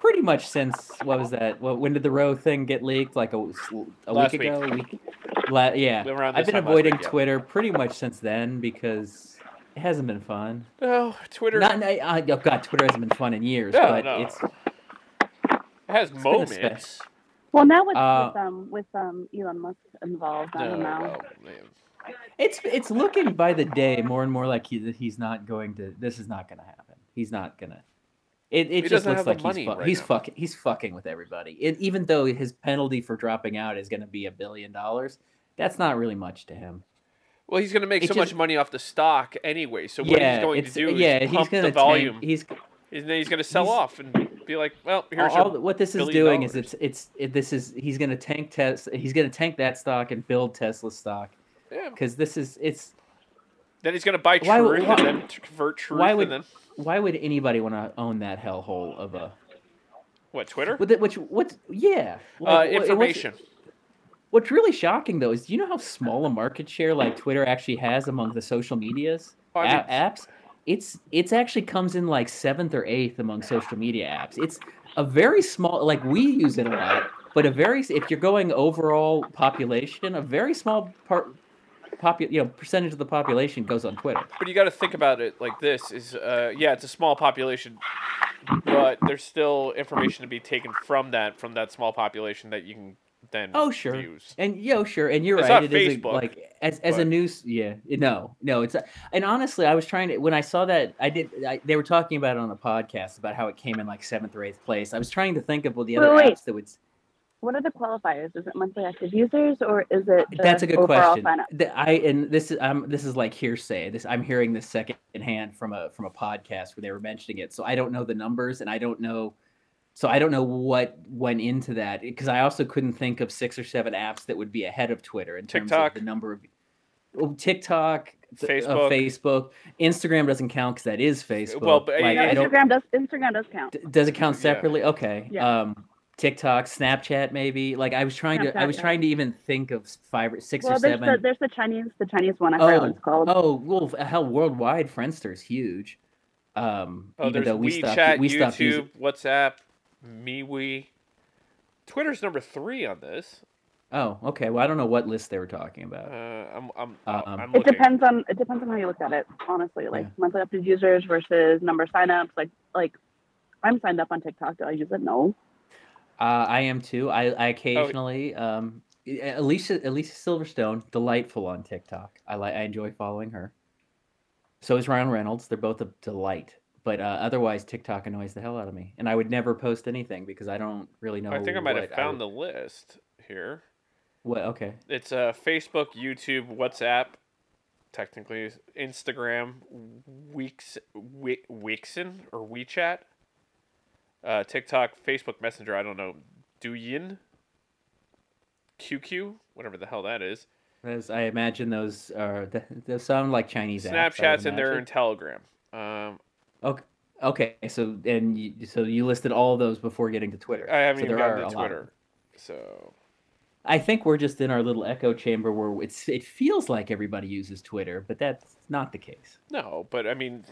Speaker 2: pretty much since what was that? What, when did the Roe thing get leaked? Like a, a
Speaker 1: Last
Speaker 2: week
Speaker 1: week.
Speaker 2: ago, a week. La, yeah,
Speaker 1: Around this
Speaker 2: I've
Speaker 1: time last week,
Speaker 2: been avoiding
Speaker 1: yeah.
Speaker 2: Twitter pretty much since then because it hasn't been fun.
Speaker 1: No, Oh, Twitter
Speaker 2: Not, I, I, oh God, Twitter hasn't been fun in years,
Speaker 1: No,
Speaker 2: but
Speaker 1: no.
Speaker 2: it's
Speaker 1: has
Speaker 2: been a spe-
Speaker 1: moments.
Speaker 3: Well, now with
Speaker 2: Uh,
Speaker 3: with, um, with um, Elon Musk involved, I
Speaker 1: No,
Speaker 3: don't know.
Speaker 1: Oh, well, man.
Speaker 2: it's it's looking by the day more and more like he, that he's not going to. This is not going to happen. He's not gonna. It, it just
Speaker 1: doesn't
Speaker 2: looks
Speaker 1: have the
Speaker 2: like he's
Speaker 1: money
Speaker 2: fu-
Speaker 1: right
Speaker 2: he's
Speaker 1: now.
Speaker 2: fucking he's fucking with everybody. It, even though his penalty for dropping out is going to be a billion dollars, that's not really much to him.
Speaker 1: Well, he's going to make
Speaker 2: It
Speaker 1: so
Speaker 2: just-
Speaker 1: much money off the stock anyway. So what he's going to
Speaker 2: it's- uh,
Speaker 1: do is
Speaker 2: yeah,
Speaker 1: pump the
Speaker 2: gonna tank-
Speaker 1: volume,
Speaker 2: he's
Speaker 1: and then he's going to sell
Speaker 2: he's-
Speaker 1: off and be like, "Well, here's
Speaker 2: all,
Speaker 1: your
Speaker 2: all- what this is
Speaker 1: billion
Speaker 2: doing is
Speaker 1: dollars.
Speaker 2: it's it's it, this is he's going to tank Tes he's going to tank that stock and build Tesla stock
Speaker 1: Yeah.
Speaker 2: because this is it's
Speaker 1: Then he's going to buy
Speaker 2: Why would-
Speaker 1: truth
Speaker 2: why-
Speaker 1: and then t- convert truth.
Speaker 2: why would-
Speaker 1: and then
Speaker 2: why would anybody want to own that hellhole of a
Speaker 1: what? Twitter?
Speaker 2: with it- which what's yeah
Speaker 1: uh,
Speaker 2: like, what- what's-
Speaker 1: information.
Speaker 2: What's really shocking though is do you know how small a market share like Twitter actually has among the social medias
Speaker 1: Oh, I
Speaker 2: a-
Speaker 1: mean-
Speaker 2: apps? It's it's actually comes in like seventh or eighth among social media apps. It's a very small like we use it a lot, but a very if you're going overall population, a very small part popu- you know percentage of the population goes on Twitter.
Speaker 1: But you got to think about it like this: is uh, yeah, it's a small population, but there's still information to be taken from that from that small population that you can then
Speaker 2: Oh, sure.
Speaker 1: use.
Speaker 2: And yo, sure, and you're
Speaker 1: It's not
Speaker 2: right. It is a,
Speaker 1: Facebook,
Speaker 2: like as as a
Speaker 1: but-
Speaker 2: news. Yeah, no, no. It's a, and honestly, I was trying to when I saw that I did. I, they were talking about it on a podcast about how it came in like seventh or eighth place. I was trying to think of well the
Speaker 3: Wait,
Speaker 2: other
Speaker 3: wait.
Speaker 2: apps that would.
Speaker 3: what are the qualifiers? Is it monthly active users or is it the
Speaker 2: That's a good
Speaker 3: overall
Speaker 2: question.
Speaker 3: sign up?
Speaker 2: The- I and this is um this is like hearsay. This I'm hearing this secondhand from a from a podcast where they were mentioning it. So I don't know the numbers and I don't know so I don't know what went into that because I also couldn't think of six or seven apps that would be ahead of Twitter in terms
Speaker 1: TikTok.
Speaker 2: of the number of well, TikTok, th- uh,
Speaker 1: Facebook.
Speaker 2: Facebook, Instagram doesn't count because that is Facebook.
Speaker 1: Well, but
Speaker 2: like,
Speaker 1: Yeah,
Speaker 3: No,
Speaker 2: I don't,
Speaker 3: Instagram does Instagram does count.
Speaker 2: D- does it count
Speaker 1: Yeah.
Speaker 2: separately? Okay.
Speaker 3: Yeah.
Speaker 2: Um, TikTok, Snapchat, maybe. Like I was trying to, I
Speaker 3: Snapchat,
Speaker 2: was
Speaker 3: yeah.
Speaker 2: trying to even think of s- five or six
Speaker 3: well,
Speaker 2: or
Speaker 3: there's
Speaker 2: seven.
Speaker 3: the, there's the Chinese the Chinese one. I forgot what it's called.
Speaker 2: Oh well, f- hell, worldwide Friendster is huge. Um,
Speaker 1: Oh,
Speaker 2: even
Speaker 1: there's
Speaker 2: though we
Speaker 1: WeChat,
Speaker 2: stopped, we stopped using.
Speaker 1: YouTube, WhatsApp, MeWe. Twitter's number three on this.
Speaker 2: Oh, okay. Well, I don't know what list they were talking
Speaker 1: Uh,
Speaker 2: about.
Speaker 1: I'm, I'm,
Speaker 2: Um,
Speaker 1: I'm
Speaker 3: it
Speaker 1: looking.
Speaker 3: depends on it depends on how you look at it. Honestly, like
Speaker 2: Yeah.
Speaker 3: monthly active users versus number of signups. Like like I'm signed up on TikTok. Do I use it? No.
Speaker 2: Uh, I am too. I,
Speaker 1: Oh,
Speaker 2: I occasionally, um, A- A- Alicia, Alicia Silverstone, delightful on TikTok. I like, I enjoy following her. So is Ryan Reynolds. They're both a delight. But uh, otherwise, TikTok annoys the hell out of me, and I would never post anything because I don't really know.
Speaker 1: I think I might have
Speaker 2: what
Speaker 1: found
Speaker 2: would-
Speaker 1: the list here.
Speaker 2: What? Okay.
Speaker 1: It's uh, Facebook, YouTube, WhatsApp, technically Instagram, Weeks, We- Wixen or WeChat, uh, TikTok, Facebook Messenger. I don't know. Douyin, QQ, whatever the hell that is.
Speaker 2: As I imagine those are th- those sound like Chinese. apps, I would
Speaker 1: Snapchats and their
Speaker 2: imagine.
Speaker 1: in Telegram. Um,
Speaker 2: Okay. Okay. So and you, so you listed all of those before getting to Twitter.
Speaker 1: I haven't
Speaker 2: so
Speaker 1: even
Speaker 2: there are
Speaker 1: gotten
Speaker 2: a
Speaker 1: to
Speaker 2: lot of
Speaker 1: Twitter.
Speaker 2: them.
Speaker 1: So
Speaker 2: I think we're just in our little echo chamber where it's it feels like everybody uses Twitter, but that's not the case.
Speaker 1: no, but I mean,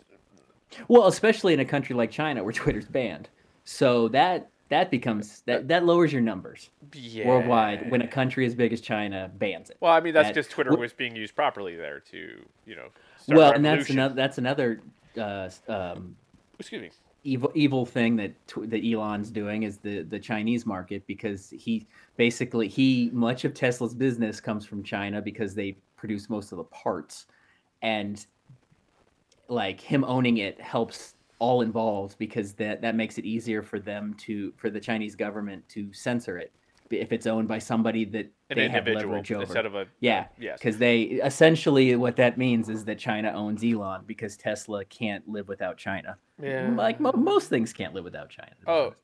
Speaker 2: Well, especially in a country like China where Twitter's banned. So that that becomes that that lowers your numbers
Speaker 1: Uh, yeah.
Speaker 2: worldwide when a country as big as China bans it.
Speaker 1: Well, I mean, that's
Speaker 2: that-
Speaker 1: just Twitter
Speaker 2: w-
Speaker 1: was being used properly there to, you know. start
Speaker 2: Well, and that's
Speaker 1: revolution.
Speaker 2: another that's another uh, s- um,
Speaker 1: Excuse me.
Speaker 2: evil evil thing that tw- that Elon's doing is the the Chinese market because he basically he much of Tesla's business comes from China because they produce most of the parts and like him owning it helps all involved because that that makes it easier for them to for the Chinese government to censor it if it's owned by somebody that
Speaker 1: An
Speaker 2: they have
Speaker 1: individual
Speaker 2: leverage over.
Speaker 1: instead of a
Speaker 2: yeah,
Speaker 1: yes.
Speaker 2: because they essentially what that means is that China owns Elon because Tesla can't live without China like mo- most things can't live without China. to be
Speaker 1: Oh,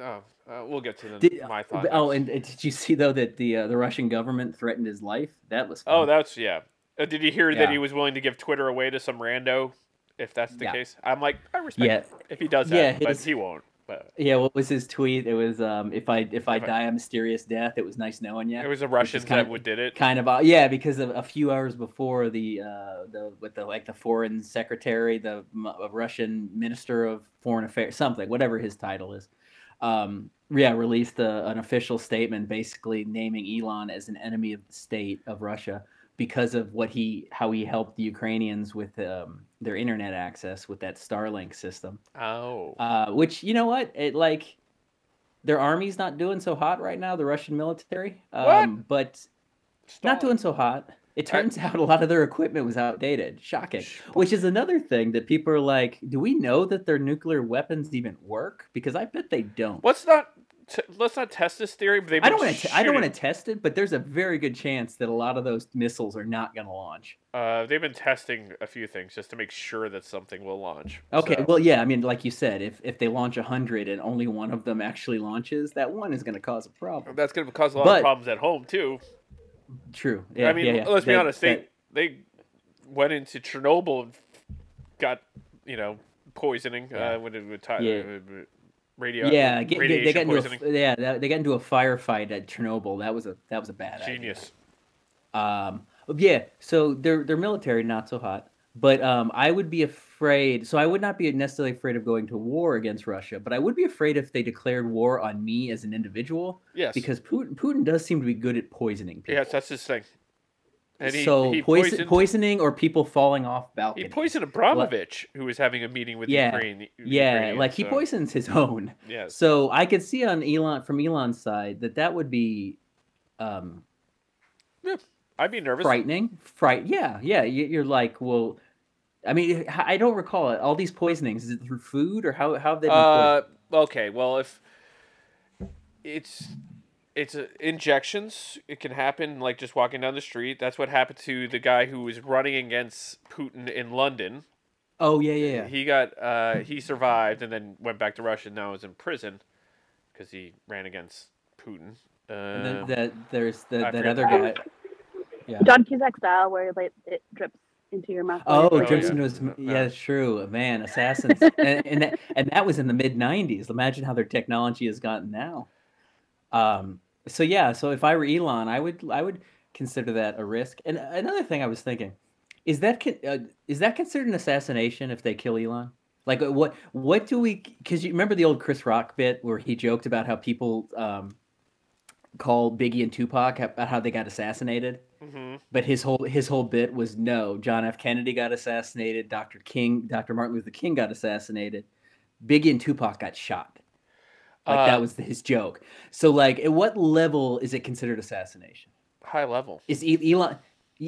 Speaker 2: honest.
Speaker 1: oh uh, we'll get to the,
Speaker 2: Did-
Speaker 1: my thought.
Speaker 2: But- oh,
Speaker 1: next.
Speaker 2: and, and did you see though that the uh, the Russian government threatened his life? That was
Speaker 1: oh,
Speaker 2: fun.
Speaker 1: that's yeah. Uh, did you hear that
Speaker 2: Yeah.
Speaker 1: he was willing to give Twitter away to some rando? If that's the
Speaker 2: Yeah.
Speaker 1: case, I'm like, I respect
Speaker 2: yeah,
Speaker 1: if he does that,
Speaker 2: Yeah,
Speaker 1: but
Speaker 2: his-
Speaker 1: he won't. But
Speaker 2: yeah. What was his tweet? It was um, if I if I
Speaker 1: If I-
Speaker 2: die a mysterious death, it was nice knowing
Speaker 1: it
Speaker 2: you.
Speaker 1: was the Russians
Speaker 2: kind
Speaker 1: that
Speaker 2: of-
Speaker 1: would did it.
Speaker 2: Kind of uh, yeah, because of a few hours before the uh the with the like the foreign secretary, the m- uh, Russian minister of foreign affairs, something whatever his title is. Um, yeah, released a, an official statement basically naming Elon as an enemy of the state of Russia. because of what he how he helped the Ukrainians with um, their internet access with that Starlink system.
Speaker 1: Oh,
Speaker 2: Uh, which you know what it like their army's not doing so hot right now, the Russian military. Um, But not doing so hot. It
Speaker 1: I-
Speaker 2: turns out a lot of their equipment was outdated. Shocking. Which is another thing that people are like, do we know that their nuclear weapons even work? Because I bet they don't.
Speaker 1: Let's not t- let's not test this theory. But they've
Speaker 2: I don't
Speaker 1: been
Speaker 2: want to. I don't
Speaker 1: shooting-
Speaker 2: want to test it, but there's a very good chance that a lot of those missiles are not going to launch.
Speaker 1: Uh, they've been testing a few things just to make sure that something will launch.
Speaker 2: Okay,
Speaker 1: so-
Speaker 2: well, yeah, I mean, like you said, if if they launch hundred and only one of them actually launches, that one is going to cause a problem.
Speaker 1: that's going to cause a lot of
Speaker 2: but-
Speaker 1: problems at home too.
Speaker 2: True. Yeah,
Speaker 1: I mean,
Speaker 2: yeah, yeah.
Speaker 1: let's be
Speaker 2: That-
Speaker 1: honest. They
Speaker 2: that-
Speaker 1: they went into Chernobyl and got you know poisoning
Speaker 2: Yeah.
Speaker 1: uh, when it would ti-
Speaker 2: Yeah.
Speaker 1: uh, radio.
Speaker 2: yeah, get- get- they
Speaker 1: radiation
Speaker 2: got into
Speaker 1: poisoning.
Speaker 2: a, yeah, that- they got into a firefight at Chernobyl. That was a that was a bad idea.
Speaker 1: Genius.
Speaker 2: Um, yeah, so their their military not so hot, but um, I would be afraid. So I would not be necessarily afraid of going to war against Russia, but I would be afraid if they declared war on me as an individual
Speaker 1: Yes.
Speaker 2: because Putin Putin does seem to be good at poisoning people.
Speaker 1: yes, that's his thing. And he,
Speaker 2: so
Speaker 1: he
Speaker 2: poison,
Speaker 1: poisoned,
Speaker 2: poisoning or people falling off
Speaker 1: he
Speaker 2: balconies.
Speaker 1: poisoned Abramovich, who was having a meeting with
Speaker 2: Yeah,
Speaker 1: Ukraine.
Speaker 2: yeah,
Speaker 1: Ukrainians,
Speaker 2: like he
Speaker 1: so-
Speaker 2: poisons his own.
Speaker 1: Yes.
Speaker 2: So I could see on Elon from Elon's side that that would be um,
Speaker 1: I'd be nervous.
Speaker 2: frightening. Fright. Yeah, yeah. you- You're like, well, I mean, h- I don't recall it. All these poisonings is it through food or how how have they? Been
Speaker 1: Uh, okay. Well, if it's it's uh, injections. It can happen like just walking down the street. That's what happened to the guy who was running against Putin in London.
Speaker 2: Oh yeah, yeah, yeah.
Speaker 1: He got uh, he survived and then went back to Russia. and Now is in prison because he ran against Putin. Uh,
Speaker 2: And then that there's the,
Speaker 1: I
Speaker 2: that
Speaker 1: forget
Speaker 2: other
Speaker 1: the
Speaker 2: guy.
Speaker 1: name.
Speaker 2: Yeah.
Speaker 3: John Cusack style, where like it drips into your mouth.
Speaker 2: Oh,
Speaker 1: yeah.
Speaker 3: Like,
Speaker 2: Jimson was
Speaker 1: No.
Speaker 2: yeah, it's true. Man, assassins, and, and that and that was in the mid '90s. Imagine how their technology has gotten now. Um. So yeah. So if I were Elon, I would I would consider that a risk. And uh, another thing I was thinking is that con- uh, is that considered an assassination if they kill Elon? Like uh, what what do we? Because you remember the old Chris Rock bit where he joked about how people um, call Biggie and Tupac about how they got assassinated
Speaker 1: Mhm.
Speaker 2: but his whole his whole bit was no john f kennedy got assassinated dr king dr martin luther king got assassinated biggie and tupac got shot like
Speaker 1: Uh,
Speaker 2: that was his joke so like at what level is it considered assassination
Speaker 1: high level.
Speaker 2: is E- elon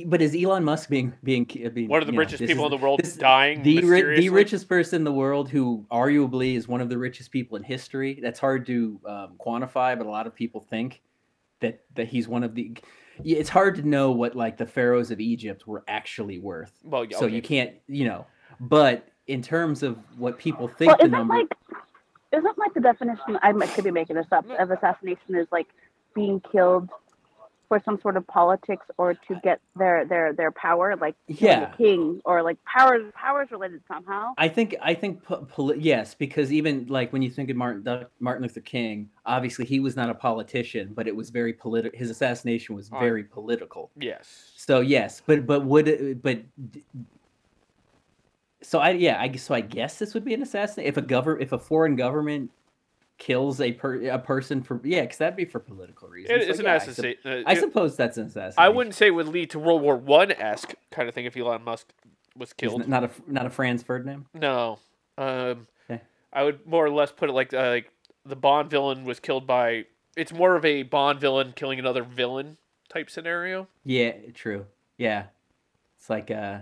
Speaker 2: but is elon musk being being being
Speaker 1: One of the
Speaker 2: you know,
Speaker 1: richest
Speaker 2: this
Speaker 1: people
Speaker 2: is-
Speaker 1: in the world
Speaker 2: this-
Speaker 1: dying
Speaker 2: the, ri-
Speaker 1: mysteriously.
Speaker 2: the richest person in the world who arguably is one of the richest people in history that's hard to um, quantify but a lot of people think that that he's one of the yeah, it's hard to know what like the pharaohs of egypt were actually worth
Speaker 1: Well, yeah,
Speaker 2: so
Speaker 1: okay.
Speaker 2: you can't you know but in terms of what people think
Speaker 3: well,
Speaker 2: the
Speaker 3: isn't
Speaker 2: number
Speaker 3: like isn't like the definition? I might- could be making this up.
Speaker 1: No.
Speaker 3: Of assassination is like being killed for some sort of politics or to get their their their power, like killing
Speaker 2: Yeah.
Speaker 3: the king or like powers powers related somehow.
Speaker 2: I think I think po- poli- yes, because even like when you think of Martin Doc- Martin Luther King, obviously he was not a politician, but it was very political. His assassination was
Speaker 1: Oh.
Speaker 2: very political.
Speaker 1: Yes.
Speaker 2: So yes, but but would it- but d- so I yeah I guess- so I guess this would be an assassination if a govern if a foreign government kills a per a person for yeah because that'd be for political reasons.
Speaker 1: It is
Speaker 2: So,
Speaker 1: an
Speaker 2: yeah, I sup-
Speaker 1: assassination. uh,
Speaker 2: I
Speaker 1: it-
Speaker 2: suppose that's an assassination.
Speaker 1: I wouldn't say it would lead to World War One esque kind of thing if Elon Musk was
Speaker 2: He's
Speaker 1: killed.
Speaker 2: n- Not a not a Franz Ferdinand.
Speaker 1: No. Um,
Speaker 2: Okay.
Speaker 1: I would more or less put it like uh, like the Bond villain was killed by. It's more of a Bond villain killing another villain type scenario.
Speaker 2: Yeah, true. Yeah, it's like uh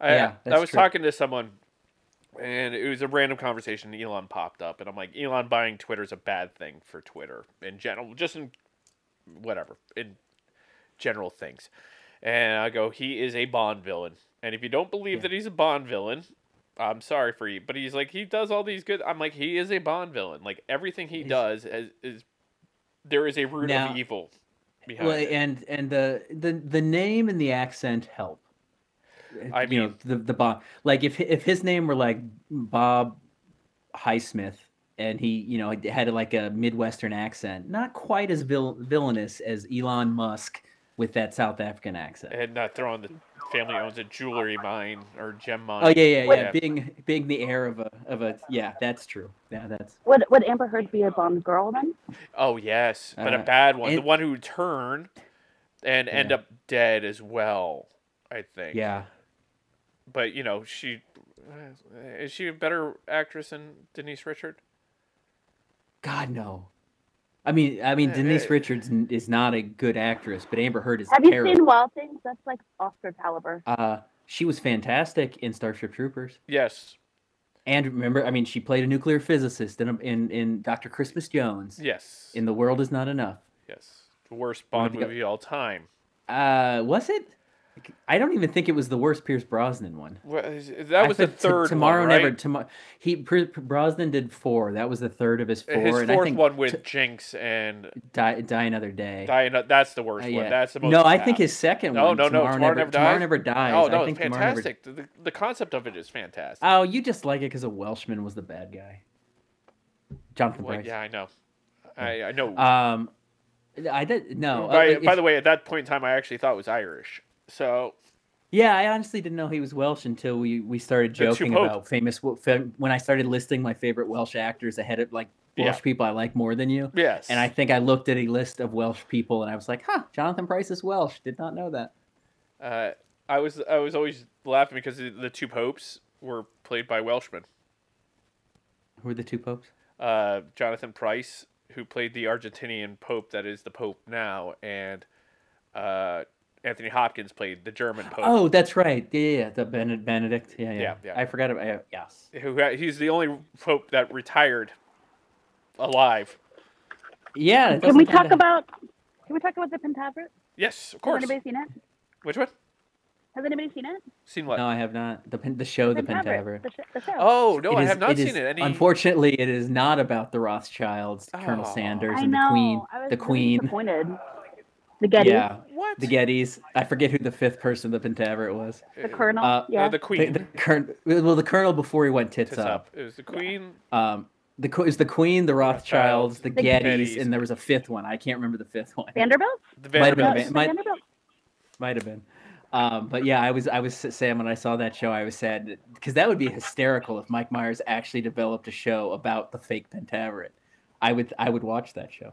Speaker 1: I,
Speaker 2: Yeah,
Speaker 1: I
Speaker 2: that's
Speaker 1: was
Speaker 2: true.
Speaker 1: talking to someone, and it was a random conversation. and Elon popped up, and I'm like, Elon buying Twitter is a bad thing for Twitter in general, just in whatever in general things. And I go, he is a Bond villain, and if you don't believe
Speaker 2: Yeah.
Speaker 1: that he's a Bond villain, I'm sorry for you. But he's like, he does all these good. I'm like, he is a Bond villain. Like everything he
Speaker 2: He's-
Speaker 1: does is, is there is a root
Speaker 2: Now-
Speaker 1: of evil behind
Speaker 2: well,
Speaker 1: it.
Speaker 2: and and the the the name and the accent help.
Speaker 1: I
Speaker 2: You know,
Speaker 1: mean-
Speaker 2: the the Bob. Like if if his name were like Bob Highsmith, and he you know had like a midwestern accent, not quite as vil- villainous as Elon Musk with that South African accent.
Speaker 1: and not throwing the family owns a jewelry mine or gem mine.
Speaker 2: Oh yeah, yeah, yeah.
Speaker 1: Yeah.
Speaker 2: Being being the heir of a of a yeah, that's true. Yeah, that's
Speaker 3: Would would Amber Heard be a Bond girl then?
Speaker 1: Oh yes, but a
Speaker 2: Uh,
Speaker 1: bad one. the
Speaker 2: and-
Speaker 1: one who would turn and end
Speaker 2: Yeah.
Speaker 1: up dead as well. I think.
Speaker 2: yeah.
Speaker 1: But you know, she is she a better actress than Denise Richard?
Speaker 2: God no. I mean, I mean,
Speaker 1: Uh,
Speaker 2: Denise
Speaker 1: uh,
Speaker 2: Richards n- is not a good actress, but Amber Heard is
Speaker 3: Have you
Speaker 2: terrible.
Speaker 3: seen Wild Things? That's like Oscar caliber.
Speaker 2: Uh, she was fantastic in Starship Troopers,
Speaker 1: Yes.
Speaker 2: and remember, I mean, she played a nuclear physicist in in, in Doctor Christmas Jones
Speaker 1: Yes.
Speaker 2: in The World Is Not Enough.
Speaker 1: yes. The worst
Speaker 2: Wanna
Speaker 1: Bond
Speaker 2: pick up-
Speaker 1: movie of all time.
Speaker 2: Uh, was it? I don't even think it was the worst Pierce Brosnan one.
Speaker 1: Well, is- that
Speaker 2: I
Speaker 1: was the
Speaker 2: think to-
Speaker 1: third
Speaker 2: tomorrow
Speaker 1: one,
Speaker 2: never
Speaker 1: right?
Speaker 2: tomorrow. He Pr- Pr- Brosnan did four. That was the third of his four.
Speaker 1: His
Speaker 2: and I
Speaker 1: fourth
Speaker 2: think
Speaker 1: one with
Speaker 2: t-
Speaker 1: Jinx and
Speaker 2: die, die another day.
Speaker 1: Diana. That's the worst one.
Speaker 2: Uh, yeah.
Speaker 1: That's the most.
Speaker 2: no, I think
Speaker 1: bad.
Speaker 2: his second
Speaker 1: No,
Speaker 2: one.
Speaker 1: no, no,
Speaker 2: Tomorrow,
Speaker 1: Tomorrow
Speaker 2: never,
Speaker 1: Never
Speaker 2: Tomorrow
Speaker 1: Dies?
Speaker 2: never dies.
Speaker 1: Oh
Speaker 2: I
Speaker 1: no,
Speaker 2: think
Speaker 1: it's
Speaker 2: Tomorrow Never-
Speaker 1: fantastic. The, the, the concept of it is fantastic.
Speaker 2: Oh, you just like it because a Welshman was the bad guy. Jonathan
Speaker 1: Well,
Speaker 2: Price.
Speaker 1: yeah, I know. I, I know.
Speaker 2: Um, I did no. uh,
Speaker 1: by,
Speaker 2: but
Speaker 1: by
Speaker 2: if-
Speaker 1: the way, at that point in time, I actually thought it was Irish. So
Speaker 2: yeah, I honestly didn't know he was Welsh until we, we started
Speaker 1: That's your
Speaker 2: joking
Speaker 1: Pope.
Speaker 2: about famous fam- when I started listing my favorite Welsh actors ahead of like Welsh
Speaker 1: Yeah.
Speaker 2: people I like more than you.
Speaker 1: yes,
Speaker 2: And I think I looked at a list of Welsh people and I was like, huh, Jonathan Price is Welsh. Did not know that.
Speaker 1: uh, I was I was always laughing because the, the two popes were played by Welshmen.
Speaker 2: Who are the two popes?
Speaker 1: Uh, Jonathan Price, who played the Argentinian pope that is the pope now, and uh, Anthony Hopkins played the German pope.
Speaker 2: Oh, that's right. Yeah, yeah, yeah. The Bene- Benedict. Yeah, yeah.
Speaker 1: Yeah, yeah.
Speaker 2: I forgot about yeah, Yes.
Speaker 1: Who he's the only pope that retired alive.
Speaker 2: Yeah. it
Speaker 3: Can we
Speaker 2: doesn't
Speaker 3: talk
Speaker 2: kinda-
Speaker 3: about? Can we talk about the Pentaveret?
Speaker 1: Yes, of
Speaker 3: Has
Speaker 1: course.
Speaker 3: anybody seen it?
Speaker 1: Which one?
Speaker 3: Has anybody seen it?
Speaker 1: Seen what?
Speaker 2: No, I have not. The pen, the show, the Pentaveret.
Speaker 3: The, sh- the show.
Speaker 1: Oh no,
Speaker 2: It
Speaker 1: I
Speaker 2: is-
Speaker 1: have not
Speaker 2: is-
Speaker 1: seen it. Any?
Speaker 2: Unfortunately, it is not about the Rothschilds, Colonel
Speaker 1: Aw.
Speaker 2: Sanders,
Speaker 3: I
Speaker 2: and the
Speaker 3: know.
Speaker 2: Queen.
Speaker 3: I was
Speaker 2: the
Speaker 3: really
Speaker 2: Queen.
Speaker 3: disappointed. The Getty.
Speaker 2: Yeah,
Speaker 1: what?
Speaker 2: the Gettys. I forget who the fifth person of the Pentaveret was.
Speaker 3: The
Speaker 1: Uh,
Speaker 3: Colonel.
Speaker 2: Uh,
Speaker 1: no,
Speaker 3: yeah.
Speaker 1: the
Speaker 2: The,
Speaker 1: Queen.
Speaker 2: the Colonel. Well, the Colonel before he went tits,
Speaker 1: Tits
Speaker 2: up.
Speaker 1: up. It was the Queen.
Speaker 2: Um, the qu- is the Queen, the Rothschilds,
Speaker 1: Rothschilds,
Speaker 2: the
Speaker 3: the
Speaker 2: Gettys,
Speaker 1: Gettys.
Speaker 2: and there was a fifth one. I can't remember the fifth one.
Speaker 3: Vanderbilt.
Speaker 1: The
Speaker 2: Might have been
Speaker 1: Vanderbilts.
Speaker 2: Van- my-
Speaker 3: Vanderbilt.
Speaker 2: Might have been. Um, but yeah, I was I was Sam when I saw that show. I was sad because that would be hysterical if Mike Myers actually developed a show about the fake Pentaveret. I would I would watch that show.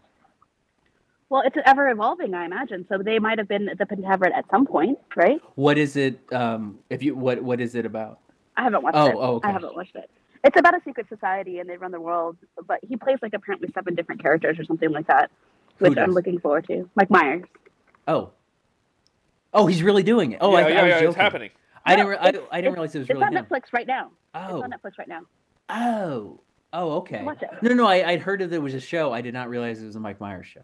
Speaker 3: Well, it's ever evolving, I imagine. So they might have been at the Pentaveret at some point, right?
Speaker 2: What is it? Um, if you what what is it about?
Speaker 3: I haven't watched
Speaker 2: Oh,
Speaker 3: it.
Speaker 2: oh, okay.
Speaker 3: I haven't watched it. It's about a secret society and they run the world, but he plays like apparently seven different characters or something like that,
Speaker 2: Who
Speaker 3: which I'm
Speaker 2: does?
Speaker 3: looking forward to. Mike Myers.
Speaker 2: Oh, oh, he's really doing it. Oh,
Speaker 1: yeah, yeah,
Speaker 2: I, I was
Speaker 1: yeah,
Speaker 2: joking.
Speaker 1: it's happening.
Speaker 2: I didn't.
Speaker 3: No,
Speaker 2: Re- I,
Speaker 3: it's-
Speaker 2: I didn't realize it was
Speaker 3: It's
Speaker 2: really
Speaker 3: on
Speaker 2: him.
Speaker 3: Netflix right now. It's
Speaker 2: Oh,
Speaker 3: on Netflix right now.
Speaker 2: oh, oh. Okay.
Speaker 3: Watch it.
Speaker 2: No, no. I I'd heard that there was a show. I did not realize it was a Mike Myers show.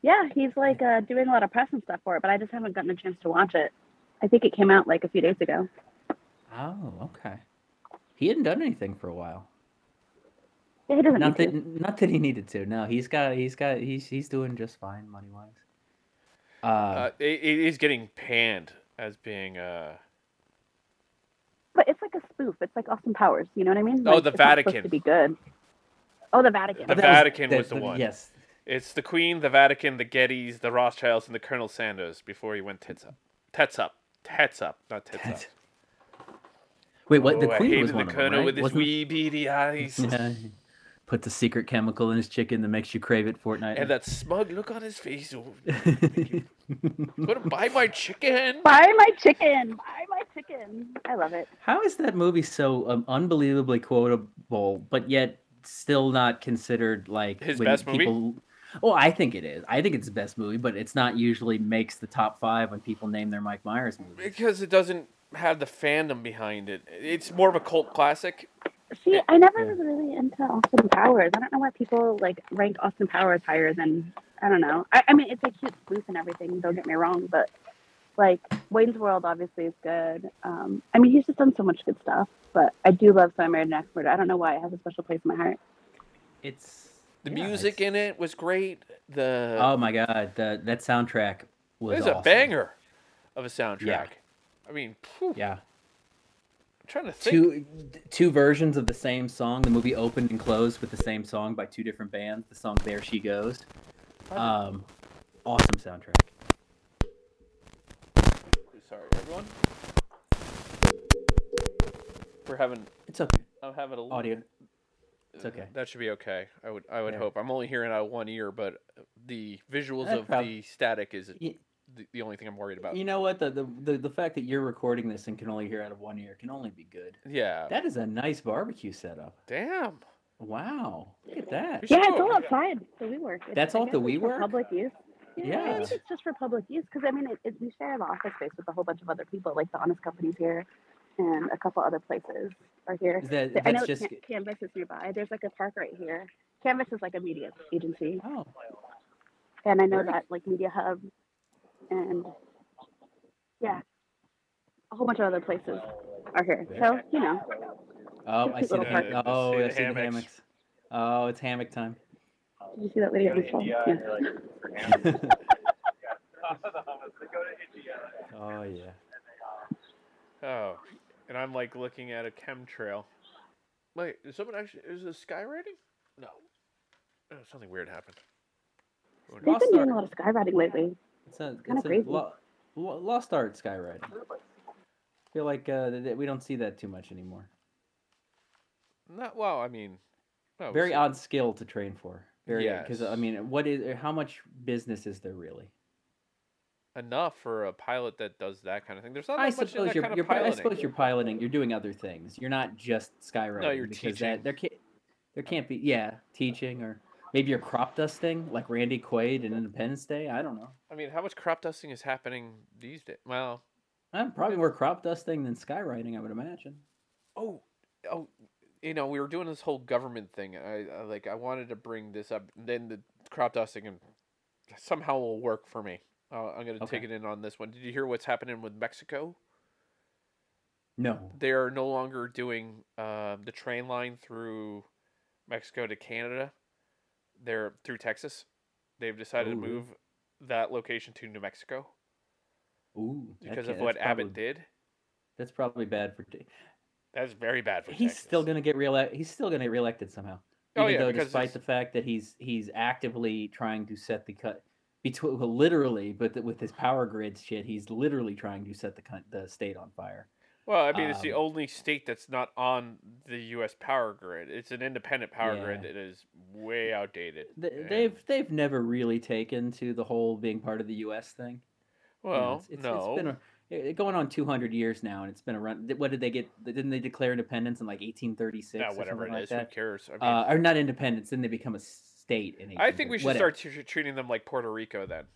Speaker 3: Yeah, he's like uh, doing a lot of press and stuff for it, but I just haven't gotten a chance to watch it. I think it came out like a few days ago.
Speaker 2: Oh, okay. He hadn't done anything for a while.
Speaker 3: Yeah, he doesn't.
Speaker 2: not
Speaker 3: need to.
Speaker 2: that not that he needed to. No, he's got he's got he's he's doing just fine money wise. Uh,
Speaker 1: Uh, it, it is getting panned as being. Uh,
Speaker 3: But it's like a spoof. It's like Austin Powers. You know what I mean?
Speaker 1: Oh,
Speaker 3: Like,
Speaker 1: the
Speaker 3: it's not supposed
Speaker 1: Vatican.
Speaker 3: to be good. Oh, the Vatican.
Speaker 1: The
Speaker 2: that
Speaker 1: Vatican was the one.
Speaker 2: Yes.
Speaker 1: it's the Queen, the Vatican, the Gettys, the Rothschilds, and the Colonel Sanders before he went tits up. Tets up. Tets up, not tits
Speaker 2: That's-
Speaker 1: up.
Speaker 2: Wait, what? The
Speaker 1: Oh, I
Speaker 2: Queen
Speaker 1: hated
Speaker 2: was
Speaker 1: the
Speaker 2: one of
Speaker 1: Colonel
Speaker 2: them, right?
Speaker 1: with his
Speaker 2: Wasn't-
Speaker 1: wee beady eyes
Speaker 2: Yeah. Put the secret chemical in his chicken that makes you crave it fortnightly.
Speaker 1: and that smug look on his face. Oh, gonna buy my chicken.
Speaker 3: Buy my chicken. Buy my chicken. I love it.
Speaker 2: How is that movie so um, unbelievably quotable, but yet still not considered like
Speaker 1: His best movie?
Speaker 2: movie? Oh, I think it is. I think it's the best movie, but it's not usually makes the top five when people name their Mike Myers movies.
Speaker 1: Because it doesn't have the fandom behind it. It's more of a cult classic.
Speaker 3: See, I never
Speaker 2: Yeah.
Speaker 3: was really into Austin Powers. I don't know why people like rank Austin Powers higher than I don't know. I, I mean, it's a cute spoof and everything. Don't get me wrong, but like Wayne's World obviously is good. Um, I mean, he's just done so much good stuff. But I do love So I Married an Axe Murderer. I don't know why it has a special place in my heart.
Speaker 2: It's
Speaker 1: The
Speaker 2: yeah,
Speaker 1: music
Speaker 2: it's-
Speaker 1: in it was great. The
Speaker 2: Oh my god, the, that soundtrack was
Speaker 1: It was
Speaker 2: awesome.
Speaker 1: a banger of a soundtrack. I mean, phew,
Speaker 2: Yeah,
Speaker 1: I'm trying to think.
Speaker 2: two two versions of the same song. The movie opened and closed with the same song by two different bands. The song "There She Goes," um, awesome soundtrack.
Speaker 1: Sorry, everyone. We're having.
Speaker 2: It's okay,
Speaker 1: I'm having a little.
Speaker 2: audio. It's okay.
Speaker 1: That should be okay. I would. I would
Speaker 2: Yeah.
Speaker 1: hope. I'm only hearing out of one ear, but the visuals
Speaker 2: That
Speaker 1: of
Speaker 2: prob-
Speaker 1: the static is
Speaker 2: Y-
Speaker 1: the, the only thing I'm worried about.
Speaker 2: You know what? The, the the the fact that you're recording this and can only hear out of one ear can only be good.
Speaker 1: yeah.
Speaker 2: That is a nice barbecue setup.
Speaker 1: Damn.
Speaker 2: Wow, look at that.
Speaker 1: We
Speaker 3: Yeah,
Speaker 1: should
Speaker 3: it's
Speaker 1: go.
Speaker 3: all outside the WeWork. It's,
Speaker 2: That's
Speaker 3: I
Speaker 2: all at the
Speaker 3: guess it's for
Speaker 2: WeWork?
Speaker 3: Public use. Yeah, I
Speaker 2: Yeah.
Speaker 3: think it's just for public use because I mean, it, it, we share an office space with a whole bunch of other people, like the Honest Companies here, and a couple other places are here.
Speaker 2: Is that-
Speaker 3: Th- I know
Speaker 2: that's just.
Speaker 3: Can- Canvas is nearby. There's like a park right here. Canvas is like a media agency,
Speaker 2: Oh,
Speaker 3: and I know
Speaker 2: Very-
Speaker 3: that like Media Hub, and yeah, a whole bunch of other places are here. So you know,
Speaker 2: oh, I see
Speaker 3: Little
Speaker 2: the ham-
Speaker 1: park.
Speaker 2: oh,
Speaker 1: See the
Speaker 2: I see the
Speaker 1: hammocks.
Speaker 2: hammocks. Oh, it's hammock time.
Speaker 3: did you see that lady?
Speaker 4: go
Speaker 3: at
Speaker 4: to
Speaker 3: the store?
Speaker 4: India
Speaker 3: Yeah.
Speaker 4: and you're like, go to India.
Speaker 2: oh yeah.
Speaker 1: Oh, and I'm like looking at a chemtrail. Wait, is someone actually? Is this skywriting? No. Oh, something weird happened. Oh, no.
Speaker 3: We've been
Speaker 2: Art.
Speaker 3: doing a lot of skywriting lately.
Speaker 2: It's a
Speaker 3: kinda
Speaker 2: it's a
Speaker 3: crazy.
Speaker 2: lo- lo- lost art skywriting. feel like uh, th- th- we don't see that too much anymore.
Speaker 1: Not well. I mean, oh, no,
Speaker 2: Very
Speaker 1: so-
Speaker 2: odd skill to train for. Very because I
Speaker 1: Yes.
Speaker 2: mean, what is how much business is there really?
Speaker 1: enough for a pilot that does that kind of thing. There's not
Speaker 2: I
Speaker 1: that much in
Speaker 2: suppose
Speaker 1: that
Speaker 2: you're,
Speaker 1: kind
Speaker 2: you're
Speaker 1: of
Speaker 2: pi-
Speaker 1: piloting.
Speaker 2: I suppose you're piloting. You're doing other things. You're not just skywriting.
Speaker 1: you're
Speaker 2: because
Speaker 1: teaching.
Speaker 2: That, there can't there can't be yeah teaching or maybe you're crop dusting like Randy Quaid in Independence Day. I don't know.
Speaker 1: I mean, how much crop dusting is happening these days? Well,
Speaker 2: I'm probably more crop dusting than skywriting. I would imagine.
Speaker 1: oh, oh, you know, we were doing this whole government thing. and I, I like I wanted to bring this up. Then the crop dusting and somehow will work for me. Uh, I'm gonna take
Speaker 2: Okay.
Speaker 1: it in on this one. Did you hear what's happening with Mexico?
Speaker 2: No.
Speaker 1: They are no longer doing um, the train line through Mexico to Canada. They're through Texas. They've decided
Speaker 2: Ooh.
Speaker 1: to move that location to New Mexico
Speaker 2: Ooh. that
Speaker 1: because
Speaker 2: can't-
Speaker 1: of what
Speaker 2: that's
Speaker 1: Abbott
Speaker 2: probably-
Speaker 1: did. That's
Speaker 2: That's probably bad for. T-
Speaker 1: very bad for
Speaker 2: He's
Speaker 1: Texas.
Speaker 2: still gonna get reelected. He's still gonna get reelected somehow.
Speaker 1: Oh,
Speaker 2: Even
Speaker 1: yeah,
Speaker 2: though
Speaker 1: because
Speaker 2: despite
Speaker 1: it's-
Speaker 2: the fact that he's he's actively trying to set the cut between well, literally, but th- with his power grid shit, he's literally trying to set the cunt, the state on fire.
Speaker 1: Well, I mean, it's the
Speaker 2: Um,
Speaker 1: only state that's not on the U.S. power grid. It's an independent power grid
Speaker 2: Yeah.
Speaker 1: that is way outdated.
Speaker 2: Th-
Speaker 1: and-
Speaker 2: They've they've never really taken to the whole being part of the U.S. thing. You know,
Speaker 1: well,
Speaker 2: it's- it's-
Speaker 1: no,
Speaker 2: it's been a, it- going on 200 years now, and it's been a run. th- What did they get? Didn't they declare independence in like 1836?
Speaker 1: Nah,
Speaker 2: or
Speaker 1: whatever
Speaker 2: something
Speaker 1: it
Speaker 2: like
Speaker 1: is,
Speaker 2: that?
Speaker 1: who cares? I mean,
Speaker 2: Uh, or not independence? Didn't they become a state? In
Speaker 1: I think we
Speaker 2: 1830
Speaker 1: should
Speaker 2: whatever.
Speaker 1: start t- treating them like Puerto Rico then.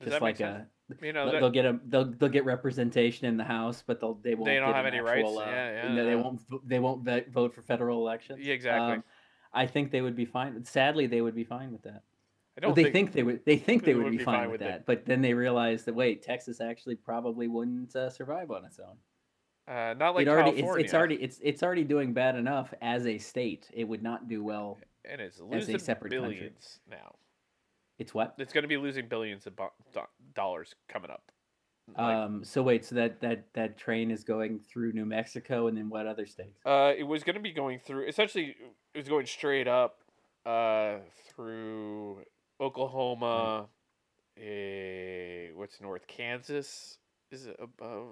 Speaker 1: Does
Speaker 2: Just
Speaker 1: that
Speaker 2: like
Speaker 1: make sense?
Speaker 2: a
Speaker 1: you know,
Speaker 2: They'll-
Speaker 1: that,
Speaker 2: they'll get a they'll they'll get representation in the House, but they'll they won't.
Speaker 1: They don't
Speaker 2: get
Speaker 1: have
Speaker 2: an
Speaker 1: any
Speaker 2: actual,
Speaker 1: rights?
Speaker 2: uh,
Speaker 1: Yeah, yeah,
Speaker 2: no, They
Speaker 1: yeah.
Speaker 2: won't vo- they won't vet, vote for federal elections.
Speaker 1: Yeah, exactly.
Speaker 2: Um, I think they would be fine. Sadly, they would be fine with that.
Speaker 1: I don't
Speaker 2: Well, they
Speaker 1: think,
Speaker 2: think, they would they think they, would, be, fine, with
Speaker 1: it.
Speaker 2: that, but then they realize that wait, Texas actually probably wouldn't uh, survive on its own.
Speaker 1: uh, not like
Speaker 2: it already it's,
Speaker 1: California.
Speaker 2: it's already it's it's already doing bad enough as a state. It would not do well.
Speaker 1: and it's losing
Speaker 2: separate country.
Speaker 1: billions now.
Speaker 2: It's what?
Speaker 1: It's going to be losing billions of bo- do- dollars coming up. Like,
Speaker 2: um. So wait. So that that that train is going through New Mexico and then what other states?
Speaker 1: Uh, it was going to be going through. Essentially, it was going straight up uh, through Oklahoma. Eh, what's north Kansas? Is it above?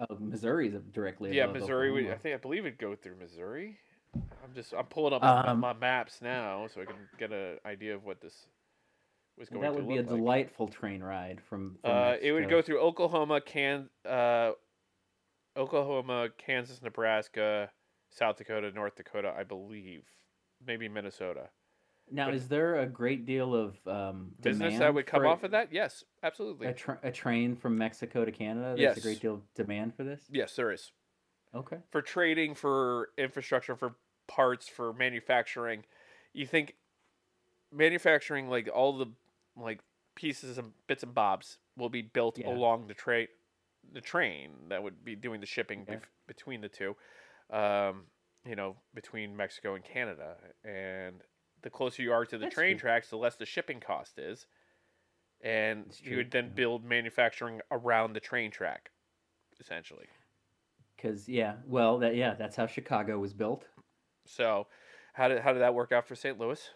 Speaker 2: Oh, Missouri's directly.
Speaker 1: yeah,
Speaker 2: above
Speaker 1: Missouri. would I
Speaker 2: Oklahoma.
Speaker 1: think I believe it'd go through Missouri. I'm just I'm pulling up my-
Speaker 2: Um,
Speaker 1: my maps now so I can get an idea of what this was going
Speaker 2: that
Speaker 1: to
Speaker 2: would be a
Speaker 1: look like.
Speaker 2: delightful train ride from. from
Speaker 1: Uh, it would
Speaker 2: Mexico.
Speaker 1: go through Oklahoma, Can, uh, Oklahoma, Kansas, Nebraska, South Dakota, North Dakota, I believe, maybe Minnesota.
Speaker 2: Now, is there a great deal of um,
Speaker 1: Business that
Speaker 2: demand
Speaker 1: would come
Speaker 2: for
Speaker 1: off
Speaker 2: a,
Speaker 1: of that? Yes, absolutely.
Speaker 2: A, tra- a train from Mexico to Canada. There's a
Speaker 1: Yes.
Speaker 2: great deal of demand for this.
Speaker 1: yes, there is
Speaker 2: Okay.
Speaker 1: for trading, for infrastructure, for parts, for manufacturing. You think manufacturing, like all the like pieces and bits and bobs, will be built
Speaker 2: Yeah.
Speaker 1: along the train, the train that would be doing the shipping
Speaker 2: Okay.
Speaker 1: bef- between the two, um, you know, between Mexico and Canada, and the closer you are to the
Speaker 2: That's
Speaker 1: train
Speaker 2: true.
Speaker 1: tracks, the less the shipping cost is, and
Speaker 2: That's
Speaker 1: you
Speaker 2: true,
Speaker 1: would then
Speaker 2: yeah.
Speaker 1: build manufacturing around the train track, essentially.
Speaker 2: Because yeah, well, that yeah, that's how Chicago was built.
Speaker 1: So, how did how did that work out for St. Louis?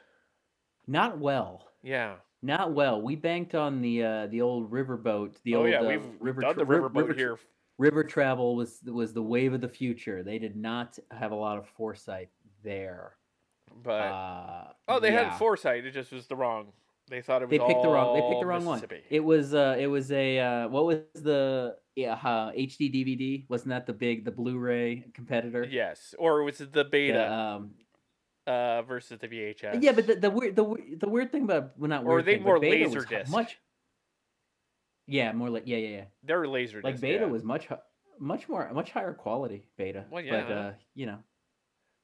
Speaker 2: Not well.
Speaker 1: Yeah.
Speaker 2: Not well. We banked on the uh, the old riverboat. The
Speaker 1: oh
Speaker 2: old
Speaker 1: yeah,
Speaker 2: uh,
Speaker 1: we've
Speaker 2: river
Speaker 1: done
Speaker 2: tra-
Speaker 1: the
Speaker 2: ri-
Speaker 1: riverboat
Speaker 2: river tra-
Speaker 1: here.
Speaker 2: River travel was was the wave of the future. They did not have a lot of foresight there.
Speaker 1: But
Speaker 2: Uh,
Speaker 1: oh, they
Speaker 2: yeah.
Speaker 1: had foresight. It just was the wrong. They thought it was.
Speaker 2: they picked the wrong. They picked
Speaker 1: all
Speaker 2: the wrong one.
Speaker 1: Mississippi.
Speaker 2: It was. Uh, it was a. Uh, what was the yeah, uh, HD DVD? Wasn't that the big the Blu-ray competitor?
Speaker 1: Yes, or was it the
Speaker 2: The,
Speaker 1: beta
Speaker 2: um,
Speaker 1: uh, versus the VHS?
Speaker 2: Yeah, but the, the weird the weir- the weird thing about well, not
Speaker 1: Or
Speaker 2: weird
Speaker 1: they
Speaker 2: thing, but
Speaker 1: more
Speaker 2: beta was
Speaker 1: Laserdisc?
Speaker 2: hu- much. Yeah, more like yeah, yeah, yeah.
Speaker 1: they're laser.
Speaker 2: Like
Speaker 1: disc,
Speaker 2: beta
Speaker 1: yeah.
Speaker 2: was much hu- much more much higher quality beta.
Speaker 1: Well,
Speaker 2: But
Speaker 1: yeah.
Speaker 2: uh, you know,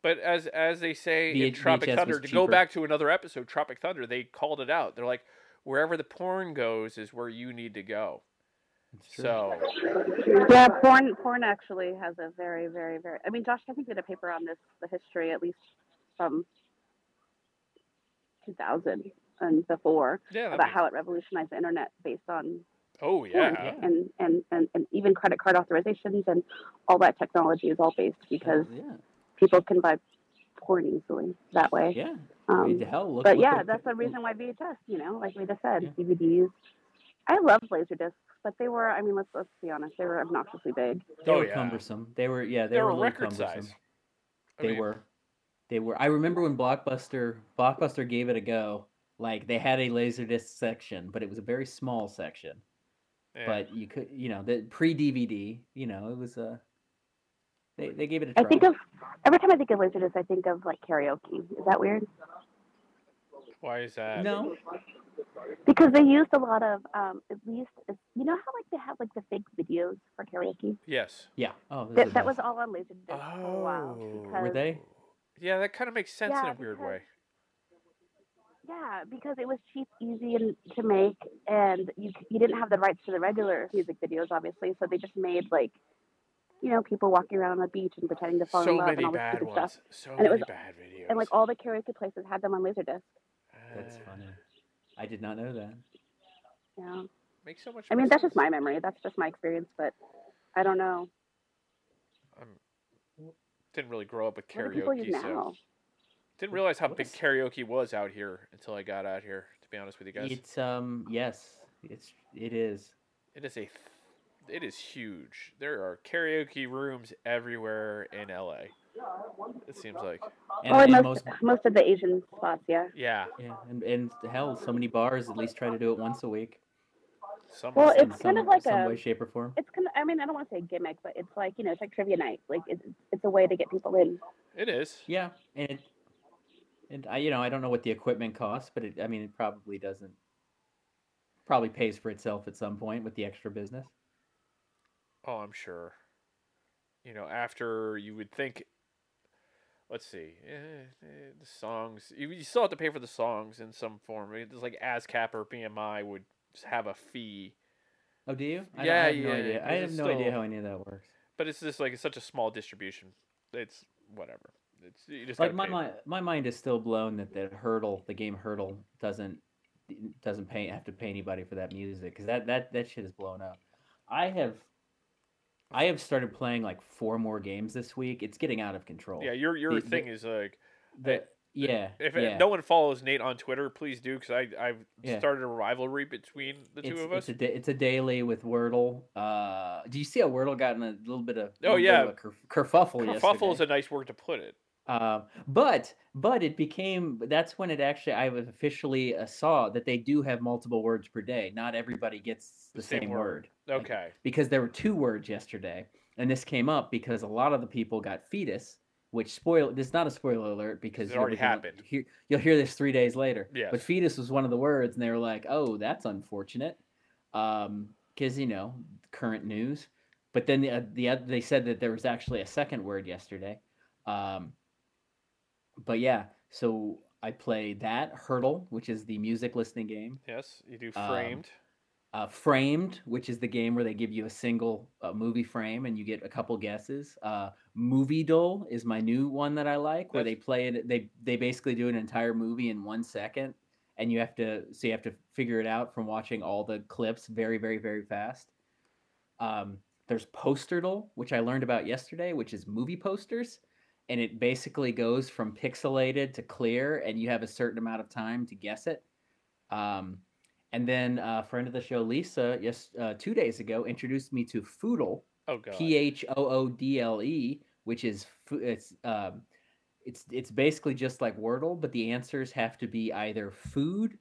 Speaker 1: But as as they say in
Speaker 2: VH
Speaker 1: Tropic
Speaker 2: VHS was
Speaker 1: Thunder, to go
Speaker 2: cheaper.
Speaker 1: back to another episode, Tropic Thunder, they called it out. They're like, wherever the porn goes is where you need to go.
Speaker 2: it's true.
Speaker 1: So
Speaker 3: Yeah, porn porn actually has a very, very, very. I mean, Josh, I think did a paper on this, the history at least from 2000 and before
Speaker 1: yeah, that
Speaker 3: about
Speaker 1: makes-
Speaker 3: how it revolutionized the internet based on
Speaker 1: oh
Speaker 3: porn
Speaker 1: yeah.
Speaker 3: and, and, and, and even credit card authorizations and all that technology is all based because
Speaker 2: yeah,
Speaker 3: people can buy porn easily that way.
Speaker 2: yeah. I mean,
Speaker 3: Um,
Speaker 2: to hell, look,
Speaker 3: but
Speaker 2: look
Speaker 3: yeah,
Speaker 2: what-
Speaker 3: that's the reason why VHS, you know, like we just said,
Speaker 2: Yeah.
Speaker 3: DVDs. I love Laserdiscs, but they were, I mean, let's, let's be honest, they were obnoxiously big.
Speaker 2: They
Speaker 1: Oh,
Speaker 2: were
Speaker 1: yeah.
Speaker 2: cumbersome. They were yeah. They,
Speaker 1: They were
Speaker 2: were, a little
Speaker 1: record
Speaker 2: cumbersome.
Speaker 1: size. I
Speaker 2: They
Speaker 1: mean,
Speaker 2: were. They were. I remember when Blockbuster Blockbuster gave it a go. Like they had a laserdisc section, but it was a very small section.
Speaker 1: yeah.
Speaker 2: But you could, you know, the pre DVD. You know, it was Uh, they they gave it a try.
Speaker 3: I think of, every time I think of Laserdisc, I think of like karaoke. Is that weird?
Speaker 1: why is that?
Speaker 2: no.
Speaker 3: Because they used a lot of, um, at least, You know how like they have like the fake videos for karaoke?
Speaker 1: Yes.
Speaker 2: Yeah. Oh, this
Speaker 3: That,
Speaker 2: is
Speaker 3: that
Speaker 2: a-
Speaker 3: was all on Laserdisc for a while
Speaker 1: Oh.
Speaker 3: because
Speaker 2: Were they?
Speaker 1: Yeah, that kind of makes sense in
Speaker 3: Yeah,
Speaker 1: a weird
Speaker 3: because-
Speaker 1: way.
Speaker 3: yeah, because it was cheap, easy and to make, and you c- you didn't have the rights to the regular music videos, obviously, so they just made like, you know, people walking around on the beach and pretending to fall
Speaker 1: So
Speaker 3: in love and
Speaker 1: many
Speaker 3: all this
Speaker 1: bad
Speaker 3: stupid
Speaker 1: ones.
Speaker 3: stuff,
Speaker 1: So
Speaker 3: it
Speaker 1: many
Speaker 3: was-
Speaker 1: bad videos.
Speaker 3: and like all the karaoke places had them on Laserdisc.
Speaker 2: That's
Speaker 1: Uh,
Speaker 2: funny. I did not know that.
Speaker 3: Yeah,
Speaker 1: Makes so much.
Speaker 3: I
Speaker 1: more
Speaker 3: mean that's just
Speaker 1: sense.
Speaker 3: my memory, that's just my experience, but I don't know.
Speaker 1: Didn't really grow up with
Speaker 3: What do people use
Speaker 1: karaoke, so
Speaker 3: now?
Speaker 1: didn't realize how
Speaker 2: What
Speaker 1: big
Speaker 2: is-
Speaker 1: karaoke was out here until I got out here. To be honest with you guys,
Speaker 2: It's um yes, it's it is.
Speaker 1: it is a, th- it is huge. There are karaoke rooms everywhere in LA. It seems like,
Speaker 2: And,
Speaker 3: oh, in
Speaker 2: and
Speaker 3: most
Speaker 2: most,
Speaker 3: most of the Asian spots, yeah.
Speaker 1: yeah,
Speaker 2: yeah, and, and hell, so many bars at least try to do it once a week.
Speaker 1: some.
Speaker 3: Well,
Speaker 2: in
Speaker 3: it's kind of like
Speaker 2: some
Speaker 3: a-
Speaker 2: way, shape, or form.
Speaker 3: It's kind of, I mean, I don't want to say gimmick, but it's like, you know, it's like trivia night. Like, it's, it's a way to get people in.
Speaker 1: it is.
Speaker 2: Yeah, and it, and I you know I don't know what the equipment costs, but it, I mean it probably doesn't. Probably pays for itself at some point with the extra business.
Speaker 1: Oh, I'm sure. You know, after you would think, let's see, eh, eh, the songs. You, you still have to pay for the songs in some form. It's like ASCAP or BMI would s- have a fee,
Speaker 2: Oh, do you? I, don't-
Speaker 1: Yeah,
Speaker 2: I have no
Speaker 1: yeah,
Speaker 2: idea. I
Speaker 1: 'cause
Speaker 2: have
Speaker 1: it's
Speaker 2: no idea
Speaker 1: still-
Speaker 2: how any of that works.
Speaker 1: but it's just like it's such a small distribution. It's whatever. It's you just
Speaker 2: like
Speaker 1: gotta
Speaker 2: my
Speaker 1: pay.
Speaker 2: mind, my mind is still blown that the hurdle, the game hurdle, doesn't doesn't pay have to pay anybody for that music because that that that shit is blown up. I have, I have started playing like four more games this week. It's getting out of control.
Speaker 1: Yeah, your your
Speaker 2: The- the-
Speaker 1: thing is like
Speaker 2: The- yeah,
Speaker 1: if
Speaker 2: yeah.
Speaker 1: no one follows Nate on Twitter, please do because I I've
Speaker 2: Yeah.
Speaker 1: started a rivalry between the two
Speaker 2: it's,
Speaker 1: of us.
Speaker 2: it's a da- it's a daily with Wordle. Uh, do you see how Wordle got in a little bit of
Speaker 1: Oh,
Speaker 2: little bit
Speaker 1: yeah.
Speaker 2: of a kerf- kerfuffle?
Speaker 1: Kerfuffle
Speaker 2: yesterday?
Speaker 1: is a nice word to put it.
Speaker 2: Uh, but but it became that's when it actually I was officially uh, saw that they do have multiple words per day. Not everybody gets the, same, word. Like,
Speaker 1: Okay.
Speaker 2: because there were two words yesterday, and this came up because a lot of the people got fetus. Which spoil this is not a spoiler alert because
Speaker 1: It
Speaker 2: you
Speaker 1: already
Speaker 2: can-
Speaker 1: happened.
Speaker 2: Hear, you'll hear this three days later. But
Speaker 1: Yes.
Speaker 2: fetus was one of the words, and they were like, "Oh, that's unfortunate," because you know current news. But then the uh, the oth- they said that there was actually a second word yesterday. Um, but yeah, so I play that hurdle, which is the music listening game.
Speaker 1: Yes, you do
Speaker 2: Um,
Speaker 1: framed.
Speaker 2: Uh, Framed, which is the game where they give you a single uh, movie frame and you get a couple guesses. Uh, Movie Doll is my new one that I like, where
Speaker 1: That's-
Speaker 2: they play it. They they basically do an entire movie in one second, and you have to so you have to figure it out from watching all the clips very very very fast. Um, there's Posterdle, which I learned about yesterday, which is movie posters, and it basically goes from pixelated to clear, and you have a certain amount of time to guess it. Um, and then a friend of the show, Lisa, yes, uh, two days ago, introduced me to Foodle,
Speaker 1: oh god.
Speaker 2: P H O O D L E, which is fu- it's um, it's it's basically just like Wordle, but the answers have to be either food,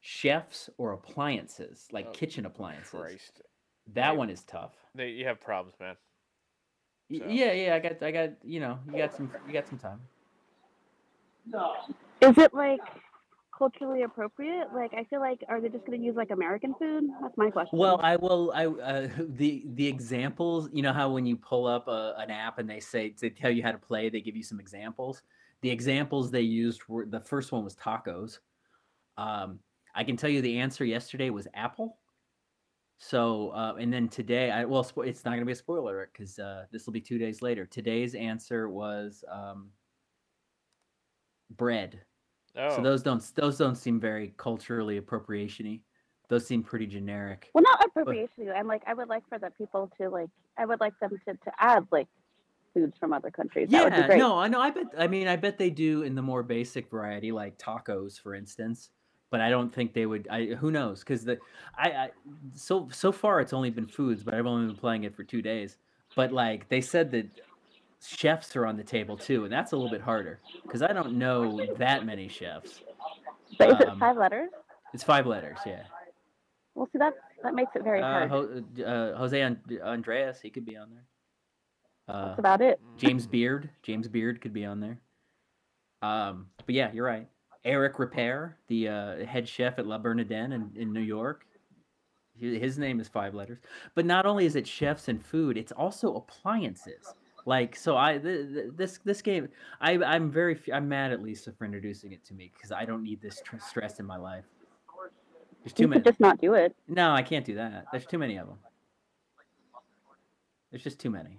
Speaker 2: chefs, or appliances, like
Speaker 1: Oh,
Speaker 2: kitchen appliances.
Speaker 1: Christ.
Speaker 2: That
Speaker 1: Right.
Speaker 2: one is tough.
Speaker 1: They, you have problems, man.
Speaker 2: Y-
Speaker 1: So-
Speaker 2: Yeah, yeah, I got, I got, you know, you got some, you got some time.
Speaker 3: Is it like culturally appropriate? Like, I feel like, are they just going to use like American food? That's my question.
Speaker 2: Well, I will. I uh, the the examples. You know how when you pull up a, an app and they say they tell you how to play, they give you some examples. The examples they used were the first one was tacos. Um, I can tell you the answer yesterday was apple. So uh, and then today, I well, spo- it's not going to be a spoiler because uh, this will be two days later. Today's answer was um, bread.
Speaker 1: Oh,
Speaker 2: So those don't those don't seem very culturally appropriationy. Those seem pretty generic.
Speaker 3: well, not appropriation. I'm like, I would like for the people to like, I would like them to, to add like foods from other countries. that would be
Speaker 2: Yeah,
Speaker 3: great.
Speaker 2: no, I know. I bet. I mean, I bet they do in the more basic variety, like tacos, for instance. But I don't think they would. I who knows? Because the I, I so so far it's only been foods, but I've only been playing it for two days. But like they said that chefs are on the table too, and that's a little bit harder because I don't know that many chefs.
Speaker 3: but is it
Speaker 2: um,
Speaker 3: five letters?
Speaker 2: It's five letters, yeah.
Speaker 3: Well, see, that that makes it very
Speaker 2: Uh,
Speaker 3: hard.
Speaker 2: Ho, uh, Jose And- Andreas, he could be on there. Uh,
Speaker 3: That's about it.
Speaker 1: Mm.
Speaker 2: James Beard. James Beard could be on there. Um, but yeah, you're right. Eric Repair, the uh, head chef at La Bernardin in, in New York. He- His name is five letters. But not only is it chefs and food, it's also appliances. Like so, I th- th- this this game, I I'm very f- I'm mad at Lisa for introducing it to me because I don't need this tr- stress in my life. There's too
Speaker 3: You
Speaker 2: many.
Speaker 3: could just not do it.
Speaker 2: No, I can't do that. There's too many of them. There's just too many.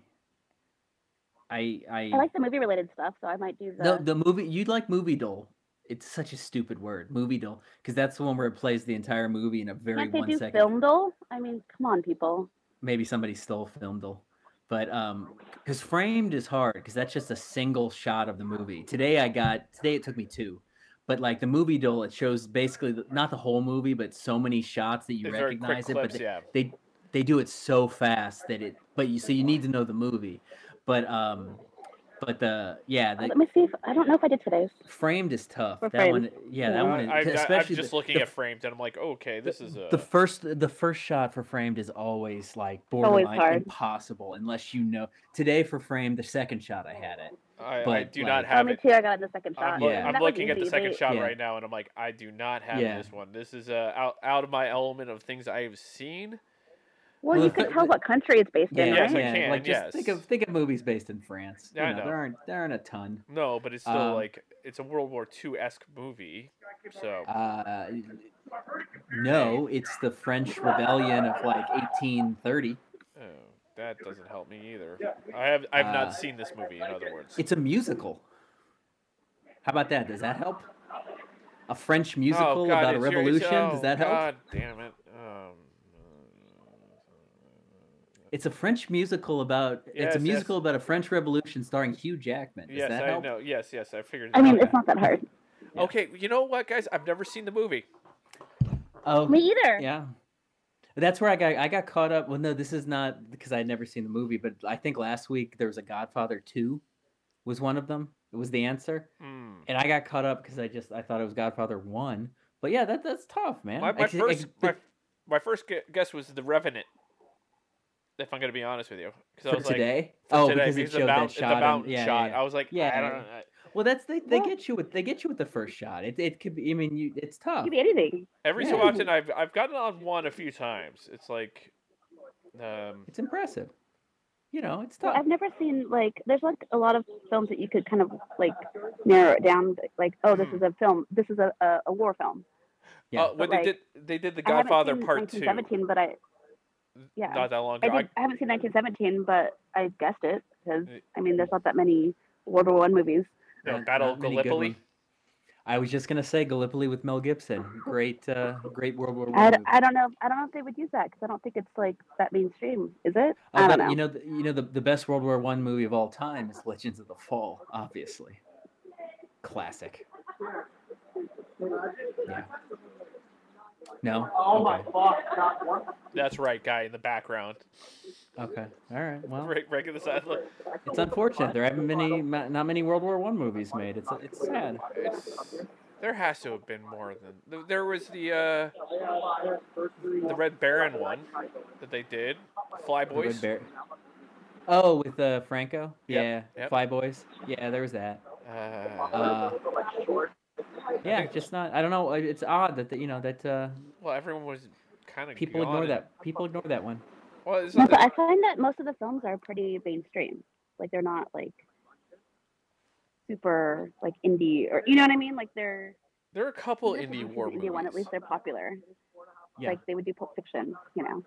Speaker 2: I I,
Speaker 3: I like the movie related stuff, so I might do the.
Speaker 2: no, the movie you'd like movie doll. It's such a stupid word, movie doll, because that's the one where it plays the entire movie in a very
Speaker 3: can't they
Speaker 2: one
Speaker 3: do
Speaker 2: second.
Speaker 3: film doll? I mean, come on, people.
Speaker 2: Maybe somebody stole film doll, but um, because framed is hard because that's just a single shot of the movie. Today I got today it took me two, but like the movie doll, it shows basically the, not the whole movie, but so many shots that you
Speaker 1: They're very quick
Speaker 2: recognize it.
Speaker 1: clips,
Speaker 2: but they,
Speaker 1: yeah.
Speaker 2: they they do it so fast that it. But you so you need to know the movie, but um, but the yeah the,
Speaker 3: Let me see if I don't know if I did today's. Framed
Speaker 2: Framed is tough.
Speaker 3: Or
Speaker 2: that one, yeah, that one,
Speaker 1: I,
Speaker 2: especially
Speaker 1: am just
Speaker 2: the,
Speaker 1: looking
Speaker 2: the-
Speaker 1: at frames and I'm like, okay, this is a.
Speaker 2: the first. The first shot for Framed is always like borderline
Speaker 3: always hard.
Speaker 2: impossible unless you know. Today for Framed, the second shot I had it.
Speaker 1: I, I
Speaker 2: but,
Speaker 1: do
Speaker 2: like-
Speaker 1: not
Speaker 3: Tell
Speaker 1: have
Speaker 3: me
Speaker 1: it.
Speaker 3: too. I got it in the second shot.
Speaker 1: I'm,
Speaker 2: lo-
Speaker 1: loo-
Speaker 2: Yeah.
Speaker 1: I'm
Speaker 3: That was
Speaker 1: looking at the
Speaker 3: easy.
Speaker 1: second
Speaker 3: They-
Speaker 1: shot
Speaker 2: Yeah.
Speaker 1: right now, and I'm like, I do not have
Speaker 2: Yeah.
Speaker 1: this one. This is uh, out out of my element of things I have seen.
Speaker 3: Well,
Speaker 2: Well,
Speaker 3: you
Speaker 2: the
Speaker 3: could
Speaker 2: fa-
Speaker 3: tell
Speaker 2: the-
Speaker 3: what country it's based in,
Speaker 1: Yeah,
Speaker 3: right?
Speaker 1: Yes, I can,
Speaker 2: Like just think
Speaker 1: yes.
Speaker 2: of think of movies based in France. You
Speaker 1: Yeah, I
Speaker 2: know,
Speaker 1: know.
Speaker 2: There aren't there aren't a ton.
Speaker 1: No, but it's still
Speaker 2: Um,
Speaker 1: like it's a World War II esque movie. So
Speaker 2: Uh, no, it's the French Rebellion of like 1830.
Speaker 1: oh, that doesn't help me either. I have I've
Speaker 2: Uh,
Speaker 1: not seen this movie. In other words,
Speaker 2: It's a musical. How about that? Does that help? A French musical
Speaker 1: oh, God,
Speaker 2: about a
Speaker 1: it's your-
Speaker 2: revolution?
Speaker 1: it's- oh,
Speaker 2: Does that help?
Speaker 1: God damn it! Um,
Speaker 2: It's a French musical about.
Speaker 1: Yes,
Speaker 2: it's a
Speaker 1: yes.
Speaker 2: musical about a French revolution starring Hugh Jackman. Does
Speaker 1: yes,
Speaker 2: that
Speaker 1: I
Speaker 2: help?
Speaker 1: know. Yes, yes, I figured.
Speaker 3: I mean,
Speaker 1: that
Speaker 3: it's not that hard.
Speaker 1: out. okay. You know what, guys? I've never seen the movie.
Speaker 2: Oh,
Speaker 3: Me either.
Speaker 2: yeah. That's where I got. I got caught up. Well, no, this is not because I had never seen the movie, but I think last week there was a Godfather Two, was one of them. It was the answer,
Speaker 1: Hmm.
Speaker 2: and I got caught up because I just I thought it was Godfather One. But yeah, that that's tough, man.
Speaker 1: My, my
Speaker 2: Ex- ex-
Speaker 1: first my,
Speaker 2: but
Speaker 1: my first gu- guess was the Revenant. If I'm gonna be honest with you, because I
Speaker 2: for
Speaker 1: was like,
Speaker 2: today.
Speaker 1: for
Speaker 2: oh,
Speaker 1: today,
Speaker 2: because it
Speaker 1: the
Speaker 2: showed
Speaker 1: mount-
Speaker 2: that shot.
Speaker 1: the
Speaker 2: and-
Speaker 1: mountain
Speaker 2: yeah, yeah,
Speaker 1: shot.
Speaker 2: yeah.
Speaker 1: I was like,
Speaker 2: Yeah,
Speaker 1: I don't.
Speaker 2: yeah. Well, that's they, they get you with they get you with the first shot. It it could be. I mean, you it's
Speaker 3: It
Speaker 2: tough.
Speaker 3: could be anything.
Speaker 1: Every so
Speaker 2: Yeah.
Speaker 1: often, I've I've gotten on one a few times. It's like, um,
Speaker 2: It's impressive. You know, it's
Speaker 3: Well,
Speaker 2: tough.
Speaker 3: I've never seen like there's like a lot of films that you could kind of like narrow it down like oh this
Speaker 1: Mhm.
Speaker 3: is a film this is a, a, a war film.
Speaker 2: Yeah.
Speaker 1: uh, when they
Speaker 3: Like,
Speaker 1: did they did the
Speaker 3: I haven't
Speaker 1: Godfather
Speaker 3: seen
Speaker 1: Part Two,
Speaker 3: 1917, but I yeah
Speaker 1: not that long
Speaker 3: I,
Speaker 1: ago.
Speaker 3: did, I haven't seen 1917, but I guessed it because
Speaker 1: Y-
Speaker 3: I mean there's not that many World War One movies.
Speaker 1: I- no,
Speaker 2: Not-
Speaker 1: Battle of
Speaker 2: not many good
Speaker 1: Gallipoli.
Speaker 2: ones. I was just gonna say Gallipoli with Mel Gibson. Great, uh, great World War One.
Speaker 3: I, d-
Speaker 2: movie.
Speaker 3: I don't know I don't know if they would use that because I don't think it's like that mainstream is it? I
Speaker 2: Uh,
Speaker 3: don't
Speaker 2: but
Speaker 3: know.
Speaker 2: You know, the, you know the, the best World War One movie of all time is Legends of the Fall, obviously. Classic. Yeah. No.
Speaker 4: Oh my
Speaker 2: Okay.
Speaker 4: fuck, not one.
Speaker 1: That's right, guy in the background.
Speaker 2: Okay. All right. Well,
Speaker 1: Right, right at the side. Look,
Speaker 2: it's unfortunate there haven't many, ma- not many World War One movies made. It's it's sad.
Speaker 1: it's there has to have been more than th- there was the uh, the Red Baron one that they did. Fly
Speaker 2: The Red
Speaker 1: Boys.
Speaker 2: Bear- Oh, with uh, Franco.
Speaker 1: Yep,
Speaker 2: Yeah.
Speaker 1: yep.
Speaker 2: Fly Boys. Yeah, there was that.
Speaker 1: Uh,
Speaker 2: Uh, yeah, just not. I don't know. It's odd that the, you know that uh,
Speaker 1: well, everyone was kind of
Speaker 2: people ignore that. People ignore that one.
Speaker 1: Well, it's
Speaker 3: No,
Speaker 1: not
Speaker 3: but
Speaker 1: that-
Speaker 3: I find that most of the films are pretty mainstream. Like they're not like super like indie or you know what I mean? Like they're
Speaker 1: there are a couple
Speaker 3: I guess
Speaker 1: indie
Speaker 3: if it's
Speaker 1: war
Speaker 3: an
Speaker 1: movies.
Speaker 3: one at least they're popular.
Speaker 2: Yeah.
Speaker 3: Like they would do Pulp Fiction, you know,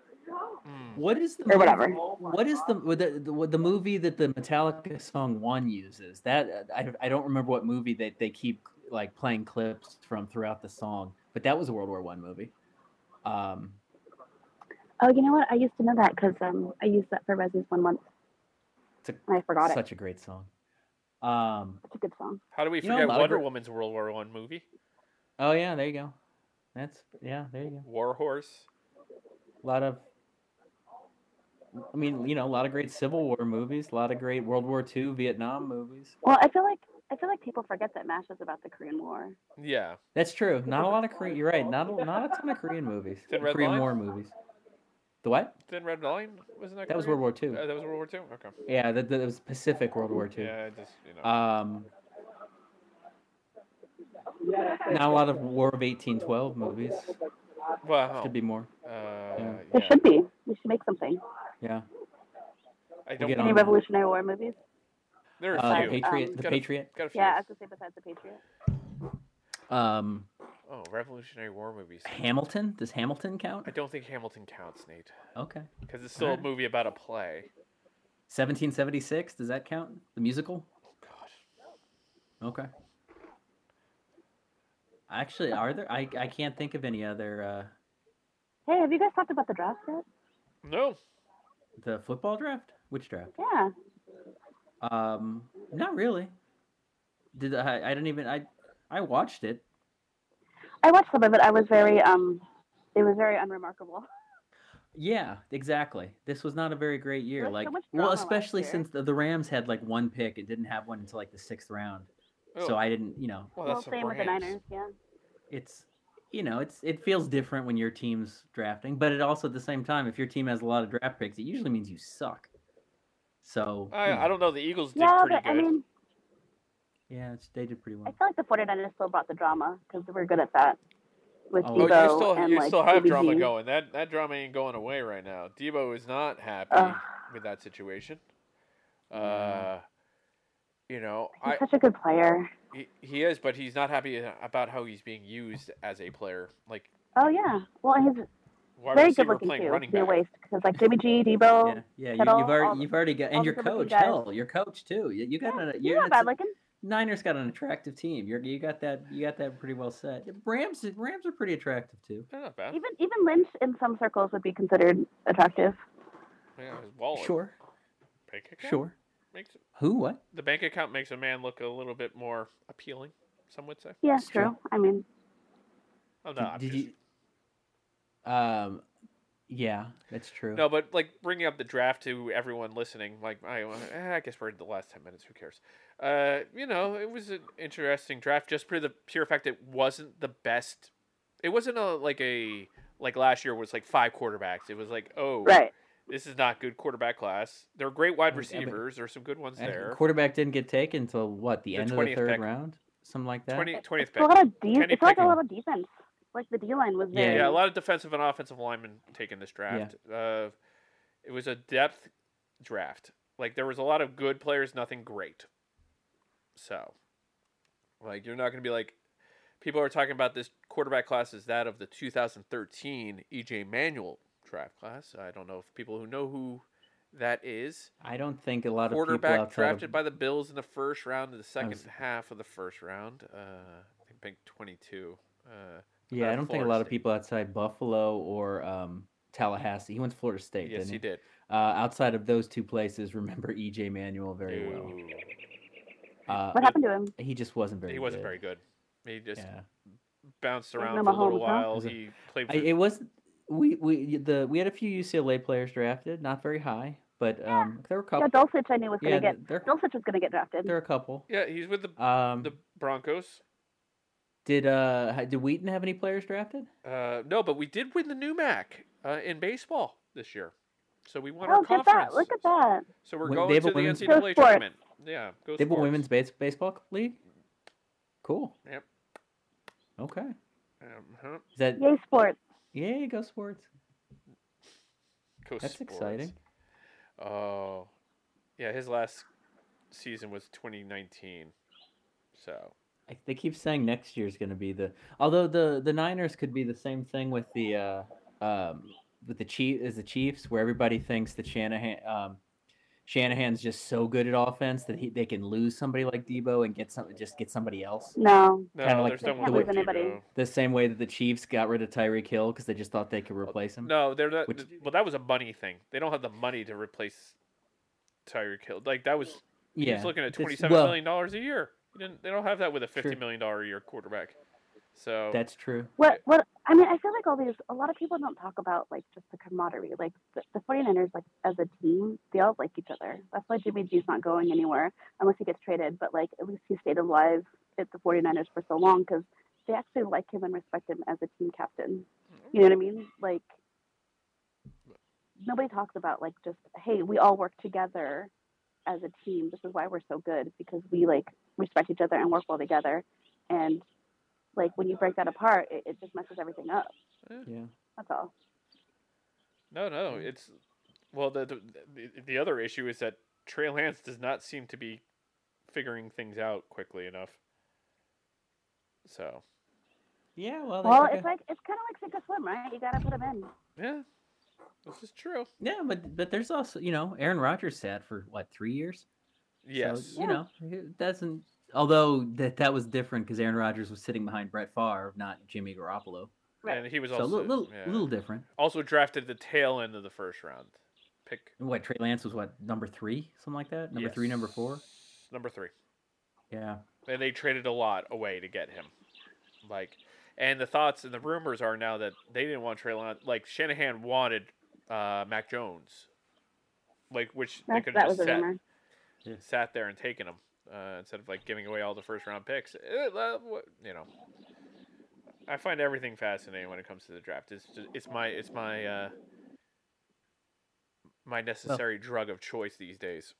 Speaker 1: Mm.
Speaker 2: What is the
Speaker 3: or
Speaker 2: movie-
Speaker 3: whatever.
Speaker 2: What is the with the, the with the movie that the Metallica song one uses? That I, I don't remember what movie that they keep like playing clips from throughout the song, but that was a World War One movie. Um,
Speaker 3: Oh, you know what? I used to know that because um I used that for Resi's one month
Speaker 2: it's a,
Speaker 3: and I forgot it.
Speaker 2: such a great song. Um,
Speaker 3: It's a good song.
Speaker 1: How do we
Speaker 2: You know, a
Speaker 1: forget
Speaker 2: lot of
Speaker 1: Wonder
Speaker 2: gr-
Speaker 1: Woman's World War One movie?
Speaker 2: oh yeah, there you go. That's yeah, there you go.
Speaker 1: War Horse.
Speaker 2: a lot of i mean you know a lot of great civil war movies a lot of great world war ii vietnam movies
Speaker 3: Well, I feel like I feel like people forget that MASH is about the Korean War.
Speaker 1: Yeah.
Speaker 2: that's true not a lot of korean you're right not a, not a ton of korean movies
Speaker 1: Thin Red
Speaker 2: korean
Speaker 1: Line?
Speaker 2: war movies the what
Speaker 1: Thin Red Line wasn't that?
Speaker 2: that was world
Speaker 1: Korean?
Speaker 2: war ii
Speaker 1: Uh, that was World War Two. Okay.
Speaker 2: yeah that, that was pacific world war ii
Speaker 1: Yeah, I just you know.
Speaker 2: um not a lot of war of 1812 movies
Speaker 1: well, Oh.
Speaker 2: could be more
Speaker 1: uh, Uh,
Speaker 3: There
Speaker 1: yeah.
Speaker 3: should be. We should make something.
Speaker 2: Yeah.
Speaker 1: I
Speaker 2: We'll get
Speaker 1: don't.
Speaker 2: on
Speaker 3: Any
Speaker 2: that.
Speaker 3: Revolutionary War movies?
Speaker 1: There are
Speaker 2: Uh,
Speaker 1: a few.
Speaker 2: the Patriot.
Speaker 3: Patriot- um,
Speaker 2: the
Speaker 1: Got a-
Speaker 2: Patriot.
Speaker 1: Got a few.
Speaker 3: Yeah, I have to say besides the Patriot.
Speaker 2: Um,
Speaker 1: Oh, Revolutionary War movies.
Speaker 2: Hamilton. Does Hamilton count?
Speaker 1: I don't think Hamilton counts, Nate,
Speaker 2: Okay.
Speaker 1: because it's still a
Speaker 2: Alright.
Speaker 1: movie about a play.
Speaker 2: 1776. Does that count? The musical.
Speaker 1: God.
Speaker 2: Okay. Actually, are there? I I can't think of any other. Uh,
Speaker 3: Hey, have you guys talked about the draft yet?
Speaker 1: No.
Speaker 2: the football draft. Which draft?
Speaker 3: Yeah.
Speaker 2: Um, not really. Did I? I didn't even. I I watched it.
Speaker 3: I watched some of it. I was very um it was very unremarkable.
Speaker 2: Yeah, exactly. This was not a very great year.
Speaker 3: was so
Speaker 2: like,
Speaker 3: much drama
Speaker 2: well,
Speaker 3: last
Speaker 2: especially
Speaker 3: year.
Speaker 2: since the, the Rams had like one pick. It didn't have one until like the sixth round.
Speaker 1: Oh,
Speaker 2: So I didn't. You know,
Speaker 1: Well,
Speaker 3: well,
Speaker 1: Oh, that's
Speaker 3: same with the
Speaker 1: beforehand.
Speaker 3: Niners, yeah.
Speaker 2: it's you know, it's it feels different when your team's drafting, but it also at the same time, if your team has a lot of draft picks, it usually means you suck. So you know,
Speaker 1: I, I don't know. The Eagles did
Speaker 3: yeah,
Speaker 1: pretty
Speaker 3: but
Speaker 1: good.
Speaker 3: I mean
Speaker 2: Yeah, it's, they did pretty
Speaker 3: I
Speaker 2: well.
Speaker 3: feel like the 49ers still brought the drama because we're good at that. With
Speaker 2: Oh,
Speaker 1: oh,
Speaker 2: well,
Speaker 3: Debo
Speaker 1: you still
Speaker 3: and
Speaker 1: you
Speaker 3: like
Speaker 1: still have
Speaker 3: CBG.
Speaker 1: drama going. That that drama ain't going away right now. Debo is not happy
Speaker 3: Ugh.
Speaker 1: with that situation. Uh,
Speaker 2: Yeah.
Speaker 1: you know,
Speaker 3: He's
Speaker 1: I
Speaker 3: such a good player.
Speaker 1: he, he is, but he's not happy about how he's being used as a player. Like
Speaker 3: Oh yeah. Well, and he's
Speaker 1: wide
Speaker 3: very good
Speaker 1: receiver
Speaker 3: looking
Speaker 1: playing
Speaker 3: too.
Speaker 1: running
Speaker 3: Be a
Speaker 1: back.
Speaker 3: waste because like Jimmy G, Debo,
Speaker 2: Yeah, yeah. You,
Speaker 3: Kittle,
Speaker 2: you've already,
Speaker 3: all the-
Speaker 2: you've already got,
Speaker 3: all
Speaker 2: and
Speaker 3: the
Speaker 2: your
Speaker 3: good looking
Speaker 2: coach,
Speaker 3: guys.
Speaker 2: hell, your coach too. You, you got
Speaker 3: Yeah,
Speaker 2: an,
Speaker 3: he's
Speaker 2: you're,
Speaker 3: not bad looking.
Speaker 2: Niners got an attractive team. You're, you got that, you got that pretty well set. Rams, Rams are pretty attractive too.
Speaker 1: They're not bad.
Speaker 3: Even even Lynch in some circles would be considered attractive.
Speaker 1: Yeah, his wallet.
Speaker 2: Sure,
Speaker 1: Bank account
Speaker 2: sure.
Speaker 1: Makes it-
Speaker 2: Who? What?
Speaker 1: the bank account makes a man look a little bit more appealing. Some would say.
Speaker 3: Yeah,
Speaker 2: It's true.
Speaker 3: true. I mean,
Speaker 1: Oh no, I'm
Speaker 2: did
Speaker 1: just-
Speaker 2: you? Um, yeah, that's true.
Speaker 1: No, but like bringing up the draft to everyone listening, like I, eh, I guess we're in the last ten minutes. Who cares? Uh, you know, it was an interesting draft just for the pure fact it wasn't the best. It wasn't a like a like last year was like five quarterbacks. It was like oh,
Speaker 3: right.
Speaker 1: this is not good quarterback class. There are great wide
Speaker 2: Oh, yeah, but-
Speaker 1: receivers. There are some good ones
Speaker 2: And
Speaker 1: there.
Speaker 2: Quarterback didn't get taken until what the,
Speaker 1: The
Speaker 2: end of the
Speaker 1: 20th
Speaker 2: third
Speaker 1: pick.
Speaker 2: round, something like that.
Speaker 1: 20, 20th
Speaker 3: It's a
Speaker 1: pick.
Speaker 3: lot of de-
Speaker 1: Kenny
Speaker 3: It's like a
Speaker 1: Pickett.
Speaker 3: lot of defense. Like the D line was
Speaker 2: Yeah.
Speaker 3: very.
Speaker 1: Yeah, a lot of defensive and offensive linemen taking this draft. Uh, it was a depth draft. Like there was a lot of good players, nothing great. So, like you're not going to be like people are talking about this quarterback class is that of the 2013 EJ E Manuel draft class. I don't know if people who know who that is.
Speaker 2: I don't think a lot of people
Speaker 1: Quarterback
Speaker 2: outside of-
Speaker 1: drafted by the Bills in the first round, in the second
Speaker 2: was-
Speaker 1: half of the first round. Uh, I think pick 22. Uh,
Speaker 2: yeah,
Speaker 1: uh,
Speaker 2: I don't think a
Speaker 1: Florida
Speaker 2: lot of
Speaker 1: State.
Speaker 2: people outside Buffalo or um, Tallahassee. He went to Florida State.
Speaker 1: yes,
Speaker 2: didn't
Speaker 1: he did.
Speaker 2: Uh, outside of those two places, remember EJ Manuel very well.
Speaker 1: Ooh.
Speaker 2: Uh,
Speaker 3: What happened to him?
Speaker 2: He just wasn't very.
Speaker 1: he wasn't
Speaker 2: good.
Speaker 1: very good. He just
Speaker 2: Yeah.
Speaker 1: bounced
Speaker 3: Like
Speaker 1: around
Speaker 3: no
Speaker 1: for a little
Speaker 3: Mahomes, huh?
Speaker 1: while.
Speaker 2: Was it-
Speaker 1: He played.
Speaker 2: I,
Speaker 1: for-
Speaker 2: it was we we the we had a few UCLA players drafted, not very high, but
Speaker 3: Yeah.
Speaker 2: um, there were a
Speaker 3: Yeah,
Speaker 2: couple.
Speaker 3: Dulcich I knew was
Speaker 2: Yeah,
Speaker 3: going to get.
Speaker 2: there,
Speaker 3: Dulcich was going to get drafted.
Speaker 2: there are a couple.
Speaker 1: yeah, he's with the
Speaker 2: Um,
Speaker 1: the Broncos.
Speaker 2: did uh ha- did Wheaton have any players drafted?
Speaker 1: Uh, no, but we did win the new Mac uh, in baseball this year, so we won
Speaker 3: oh,
Speaker 1: our
Speaker 3: look at
Speaker 1: conference.
Speaker 3: that! Look at that!
Speaker 1: So we're
Speaker 2: Wait,
Speaker 1: going
Speaker 2: they
Speaker 1: to
Speaker 2: have a
Speaker 1: the
Speaker 2: women's-
Speaker 1: NCAA
Speaker 3: Go sports.
Speaker 1: tournament. Yeah, go
Speaker 2: They have a
Speaker 1: sports.
Speaker 2: women's base, baseball league. Cool.
Speaker 1: Yep.
Speaker 2: Okay.
Speaker 1: Um, huh?
Speaker 2: Is that
Speaker 3: Yay, sports!
Speaker 2: yay? Go sports.
Speaker 1: Go
Speaker 2: That's
Speaker 1: sports.
Speaker 2: exciting.
Speaker 1: Oh, yeah. His last season was 2019. So
Speaker 2: I, they keep saying next year's going to be the. Although the the Niners could be the same thing with the uh, um, with the chief as the Chiefs, where everybody thinks that Shanahan um, Shanahan's just so good at offense that he, they can lose somebody like Debo and get some just get somebody else.
Speaker 3: No,
Speaker 1: no,
Speaker 2: Kinda like
Speaker 1: there's
Speaker 3: they
Speaker 1: no one
Speaker 3: can't
Speaker 1: with
Speaker 3: lose anybody.
Speaker 1: Debo.
Speaker 2: The same way that the Chiefs got rid of Tyreek Hill because they just thought they could replace him.
Speaker 1: No, they're not.
Speaker 2: Which-
Speaker 1: well, that was a money thing. They don't have the money to replace Tyreek Hill. Like that was
Speaker 2: yeah,
Speaker 1: he's looking at
Speaker 2: that's-
Speaker 1: twenty-seven million
Speaker 2: well,
Speaker 1: dollars a year. You didn't, they don't have that with a fifty
Speaker 2: Sure.
Speaker 1: million dollar a year quarterback. So
Speaker 2: That's true.
Speaker 3: What? What? I mean, I feel like all these. A lot of people don't talk about like just the camaraderie. Like the, the 49ers, like as a team, they all like each other. That's why Jimmy G's not going anywhere unless he gets traded. But like at least he stayed alive at the 49ers for so long because they actually like him and respect him as a team captain. You know what I mean? Like nobody talks about like just hey, we all work together as a team. This is why we're so good because we like respect each other and work well together. And like when you break that apart, it, it just messes everything up.
Speaker 2: Yeah.
Speaker 3: That's all.
Speaker 1: No, no,
Speaker 2: Mm-hmm.
Speaker 1: it's well. The, the the other issue is that Trey Lance does not seem to be figuring things out quickly enough. So
Speaker 2: Yeah, well, they
Speaker 3: Well,
Speaker 2: took
Speaker 3: it's
Speaker 2: a-
Speaker 3: like it's kind of like sink or swim, right? You gotta put them in.
Speaker 1: yeah, this is true.
Speaker 2: yeah, but but there's also you know Aaron Rodgers sat for what three years.
Speaker 1: Yes,
Speaker 2: So, you know, it doesn't. Although that that was different because Aaron Rodgers was sitting behind Brett Favre, not Jimmy Garoppolo.
Speaker 3: Right.
Speaker 1: and he was
Speaker 2: So a
Speaker 1: also
Speaker 2: little little,
Speaker 1: yeah.
Speaker 2: little different.
Speaker 1: also drafted the tail end of the first round pick.
Speaker 2: What Trey Lance was what number three, something like that. Number three, number
Speaker 1: Yes.
Speaker 2: four.
Speaker 1: Number three.
Speaker 2: Yeah.
Speaker 1: and they traded a lot away to get him. Like, and the thoughts and the rumors are now that they didn't want Trey Lance. Like Shanahan wanted uh, Mac Jones, like which they
Speaker 3: That's,
Speaker 1: could
Speaker 3: that
Speaker 1: have
Speaker 3: was
Speaker 1: just
Speaker 3: a
Speaker 1: sat,
Speaker 3: rumor.
Speaker 1: sat there and taken him uh, instead of like giving away all the first round picks. Eh, la- what- you know, I find everything fascinating when it comes to the draft. It's just, it's my it's my uh, my necessary drug of choice these days.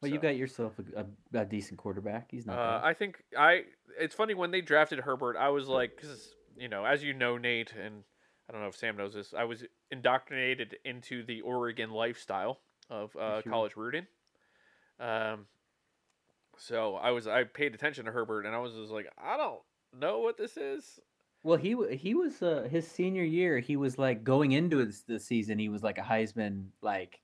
Speaker 2: Well, you
Speaker 1: So.
Speaker 2: got yourself a, a, a decent quarterback. He's not.
Speaker 1: Uh,
Speaker 2: bad.
Speaker 1: I think I. It's funny when they drafted Herbert. I was like, because you know, as you know, Nate, and I don't know if Sam knows this. I was indoctrinated into the Oregon lifestyle of uh,
Speaker 2: Sure.
Speaker 1: college rooting. Um, so I was I paid attention to Herbert, and I was just like, I don't know what this is.
Speaker 2: Well, he wa- he was uh, his senior year. He was like going into his, the season. He was like a Heisman like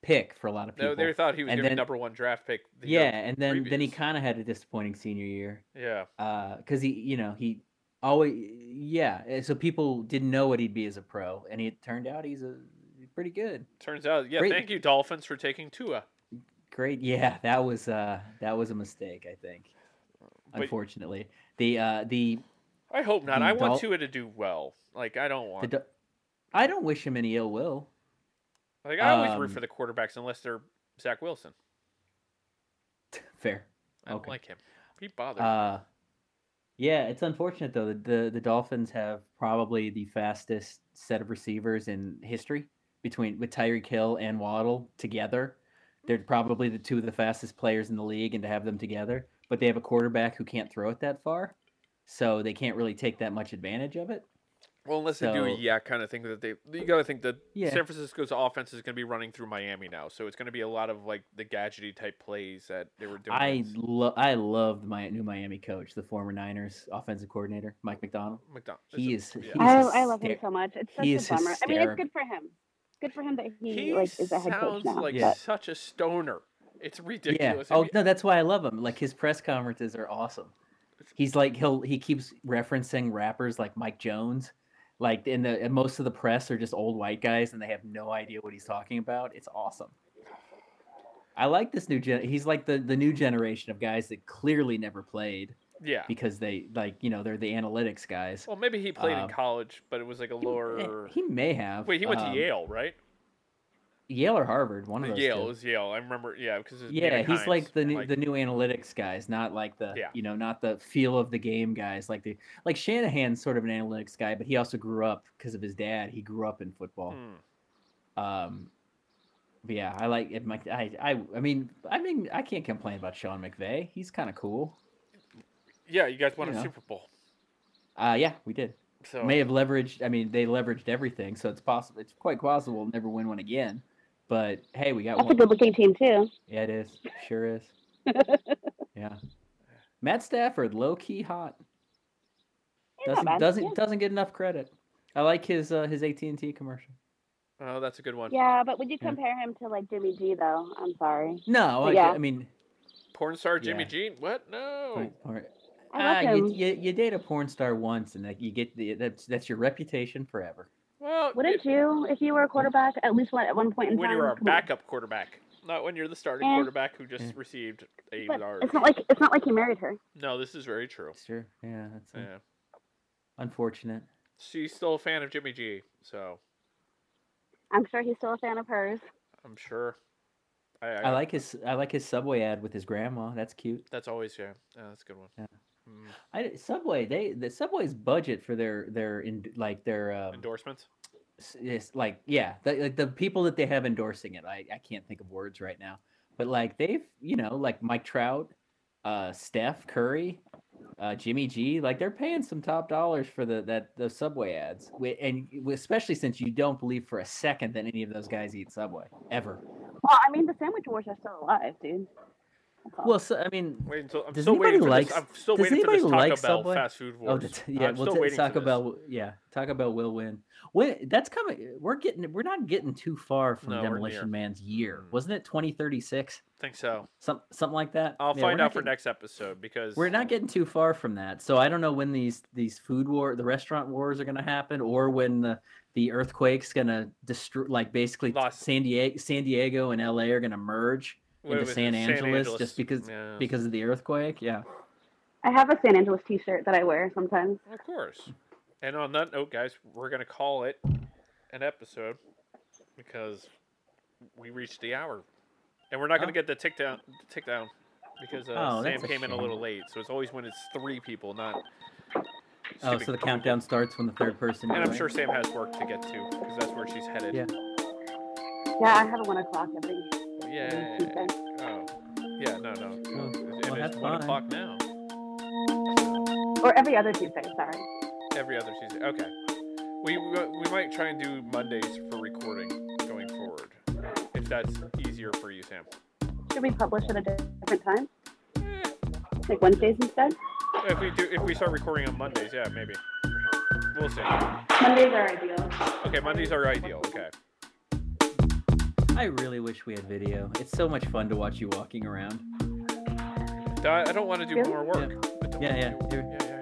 Speaker 2: pick for a lot of people.
Speaker 1: No, they thought he was
Speaker 2: And
Speaker 1: going to be
Speaker 2: then-
Speaker 1: number one draft pick. The
Speaker 2: yeah,
Speaker 1: year-
Speaker 2: and then then he
Speaker 1: previous.
Speaker 2: kind of had a disappointing senior year
Speaker 1: yeah,
Speaker 2: because uh, he you know he always yeah. eh, So people didn't know what he'd be as a pro, and it turned out he's a pretty good.
Speaker 1: turns out, yeah.
Speaker 2: Great.
Speaker 1: Thank you, Dolphins, for taking Tua.
Speaker 2: Great, yeah, that was uh that was a mistake, I think.
Speaker 1: But-
Speaker 2: Unfortunately, the uh the
Speaker 1: I hope not.
Speaker 2: The
Speaker 1: I want
Speaker 2: Dol-
Speaker 1: Tua to do well. Like I don't want.
Speaker 2: the do- I don't wish him any ill will.
Speaker 1: Like I always root
Speaker 2: Um,
Speaker 1: for the quarterbacks unless they're Zach Wilson.
Speaker 2: Fair.
Speaker 1: I don't
Speaker 2: Okay.
Speaker 1: like him. He bothers. me.
Speaker 2: Uh, yeah, it's unfortunate though. that The, the Dolphins have probably the fastest set of receivers in history between with Tyreek Hill and Waddle together. They're probably the two of the fastest players in the league, and to have them together, but they have a quarterback who can't throw it that far, so they can't really take that much advantage of it.
Speaker 1: well, unless they do a
Speaker 2: so-
Speaker 1: yeah kind of thing that they you got to think that
Speaker 2: Yeah.
Speaker 1: San Francisco's offense is going to be running through Miami now, so it's going to be a lot of like the gadgety type plays that they were doing.
Speaker 2: I
Speaker 1: against
Speaker 2: love I loved my new Miami coach, the former Niners offensive coordinator Mike McDonald.
Speaker 1: McDonald.
Speaker 2: He
Speaker 1: It's
Speaker 2: is
Speaker 1: yeah.
Speaker 2: he
Speaker 3: I,
Speaker 2: is
Speaker 3: I love him
Speaker 2: hyster-
Speaker 3: so much. It's such
Speaker 2: he is
Speaker 3: a bummer. I mean,
Speaker 2: hysterical.
Speaker 3: it's good for him. Good for him that
Speaker 1: a-
Speaker 3: he,
Speaker 1: He
Speaker 3: like is a head coach
Speaker 1: sounds
Speaker 3: now.
Speaker 1: like
Speaker 2: Yeah.
Speaker 1: such a stoner. It's
Speaker 2: Yeah.
Speaker 1: ridiculous. If
Speaker 2: Oh
Speaker 1: you-
Speaker 2: no, that's why I love him. Like his press conferences are awesome. He's like he'll he keeps referencing rappers like Mike Jones. Like in the and most of the press are just old white guys and they have no idea what he's talking about. It's awesome. I like this new gen. He's like the the new generation of guys that clearly never played
Speaker 1: yeah.
Speaker 2: because they like you know they're the analytics guys.
Speaker 1: Well, maybe he played in
Speaker 2: Um,
Speaker 1: college, but it was like a
Speaker 2: Eh,
Speaker 1: lower.
Speaker 2: He may have.
Speaker 1: Wait, he went
Speaker 2: um,
Speaker 1: to Yale, right?
Speaker 2: Yale or Harvard, one of those.
Speaker 1: Yale
Speaker 2: two.
Speaker 1: it was Yale. I remember. Yeah, because it's Mina
Speaker 2: Yeah, he's like
Speaker 1: Kimes,
Speaker 2: the new, the new analytics guys, not like the
Speaker 1: Yeah.
Speaker 2: you know, not the feel of the game guys. Like the like Shanahan's sort of an analytics guy, but he also grew up because of his dad. He grew up in football.
Speaker 1: hmm.
Speaker 2: Um, but yeah, I like it. Mike, I, I I mean, I mean, I can't complain about Sean McVay. He's kind of cool.
Speaker 1: Yeah, you guys won
Speaker 2: You
Speaker 1: a
Speaker 2: know.
Speaker 1: Super Bowl.
Speaker 2: Uh, yeah, we did.
Speaker 1: So
Speaker 2: May have leveraged. I mean, they leveraged everything, so it's possible. It's quite possible we'll never win one again. But hey, we got
Speaker 3: That's a
Speaker 2: one.
Speaker 3: good looking team too.
Speaker 2: Yeah, it is. Sure is. yeah. Matt Stafford, low key hot.
Speaker 3: Yeah,
Speaker 2: Doesn't
Speaker 3: man.
Speaker 2: doesn't
Speaker 3: Yeah.
Speaker 2: doesn't get enough credit. I like his uh, his AT and T commercial.
Speaker 1: Oh, that's a good one.
Speaker 3: Yeah, but would you
Speaker 2: Yeah.
Speaker 3: compare him to like Jimmy G though? I'm sorry.
Speaker 2: No, I,
Speaker 3: Yeah.
Speaker 2: I mean,
Speaker 1: Porn star Jimmy
Speaker 2: Yeah.
Speaker 1: Jean. What? No.
Speaker 2: porn- porn-
Speaker 3: I
Speaker 2: ah,
Speaker 3: love
Speaker 2: you,
Speaker 3: him.
Speaker 2: you you date a porn star once, and that you get the, that's that's your reputation forever.
Speaker 1: Well,
Speaker 3: Wouldn't
Speaker 1: it-
Speaker 3: you if you were a quarterback at least one, at one point in
Speaker 1: when
Speaker 3: time?
Speaker 1: you're a
Speaker 3: Come on.
Speaker 1: backup quarterback, not when you're the starting
Speaker 3: Eh.
Speaker 1: quarterback who just
Speaker 2: Eh.
Speaker 1: received a
Speaker 3: But
Speaker 1: large.
Speaker 3: it's not like it's not like he married her.
Speaker 1: No, this is very true.
Speaker 2: Sure. Yeah, that's uh,
Speaker 1: Yeah.
Speaker 2: unfortunate.
Speaker 1: She's still a fan of Jimmy G, so
Speaker 3: I'm sure he's still a fan of hers.
Speaker 1: I'm sure. I, I,
Speaker 2: I like his I like his Subway ad with his grandma. That's cute.
Speaker 1: That's always yeah. yeah that's a good one.
Speaker 2: Yeah.
Speaker 1: Mm,
Speaker 2: I d Subway they the Subway's budget for their their in, like their um,
Speaker 1: endorsements.
Speaker 2: s- it's like yeah the, like the people that they have endorsing it I, I can't think of words right now but like they've you know like mike trout uh steph curry uh, Jimmy G. Like they're paying some top dollars for the that the Subway ads, Wi- and especially since you don't believe for a second that any of those guys eat Subway ever.
Speaker 3: Well, I mean, the sandwich wars are still alive, dude. That's all.
Speaker 2: Well, so, I mean,
Speaker 1: Wait until I'm
Speaker 2: Does
Speaker 1: still waiting for
Speaker 2: anybody
Speaker 1: this.
Speaker 2: like-
Speaker 1: I'm still
Speaker 2: does
Speaker 1: waiting for this Taco
Speaker 2: anybody like
Speaker 1: Bell
Speaker 2: Subway?
Speaker 1: fast food
Speaker 2: oh,
Speaker 1: wars.
Speaker 2: t- yeah,
Speaker 1: I'm
Speaker 2: well,
Speaker 1: still
Speaker 2: t-
Speaker 1: waiting for
Speaker 2: Taco
Speaker 1: this.
Speaker 2: Bell, w- yeah, Taco Bell will win. When that's coming, we're getting we're not getting too far from
Speaker 1: No, we're near.
Speaker 2: Demolition Man's year,
Speaker 1: Mm.
Speaker 2: wasn't it? Twenty thirty six,
Speaker 1: Think so.
Speaker 2: some something like that.
Speaker 1: I'll
Speaker 2: Yeah, we're
Speaker 1: find
Speaker 2: not
Speaker 1: out for
Speaker 2: getting-
Speaker 1: next episode because
Speaker 2: We're not getting too far from that, so I don't know when these these food war, the restaurant wars are going to happen, or when the the earthquake's going to destroy, like basically t-
Speaker 1: Los-
Speaker 2: San Diego, San Diego and L.A. are going to merge
Speaker 1: Wait,
Speaker 2: into
Speaker 1: wait,
Speaker 2: San Angeles just because-
Speaker 1: Yeah.
Speaker 2: because of the earthquake. Yeah,
Speaker 3: I have a San Angeles T-shirt that I wear sometimes.
Speaker 1: Of course. And on that note, guys, we're gonna call it an episode because we reached the hour, and we're not gonna
Speaker 2: Oh.
Speaker 1: get the tick down tick down because uh,
Speaker 2: Oh,
Speaker 1: Sam
Speaker 2: that's a
Speaker 1: came in a
Speaker 2: shame.
Speaker 1: little late. So it's always when it's three people, not.
Speaker 2: Oh,
Speaker 1: stupid
Speaker 2: so the countdown starts when the third person.
Speaker 1: And I'm
Speaker 2: goes.
Speaker 1: sure Sam has work to get to because that's where she's headed.
Speaker 2: Yeah.
Speaker 3: Yeah, I have a one o'clock every every
Speaker 1: Yeah.
Speaker 3: Tuesday.
Speaker 1: Oh. Yeah. No. No.
Speaker 2: Well,
Speaker 1: it
Speaker 2: well,
Speaker 1: is
Speaker 2: that's
Speaker 1: one
Speaker 2: fine.
Speaker 1: o'clock now.
Speaker 3: or every other Tuesday. Sorry.
Speaker 1: Every other Tuesday. Okay. We we might try and do Mondays for recording going forward, if that's easier for you, Sam.
Speaker 3: Should we publish at a di- different time? Like Wednesdays instead?
Speaker 1: If we do, if we start recording on Mondays, yeah, maybe. We'll see.
Speaker 3: Mondays are ideal.
Speaker 1: Okay, Mondays are ideal. Okay.
Speaker 2: I really wish we had video. It's so much fun to watch you walking around.
Speaker 1: I I don't want to do
Speaker 3: Yeah.
Speaker 1: more work. I don't
Speaker 2: Yeah,
Speaker 1: wanna
Speaker 2: yeah,
Speaker 1: do-
Speaker 2: you're-
Speaker 1: yeah, yeah.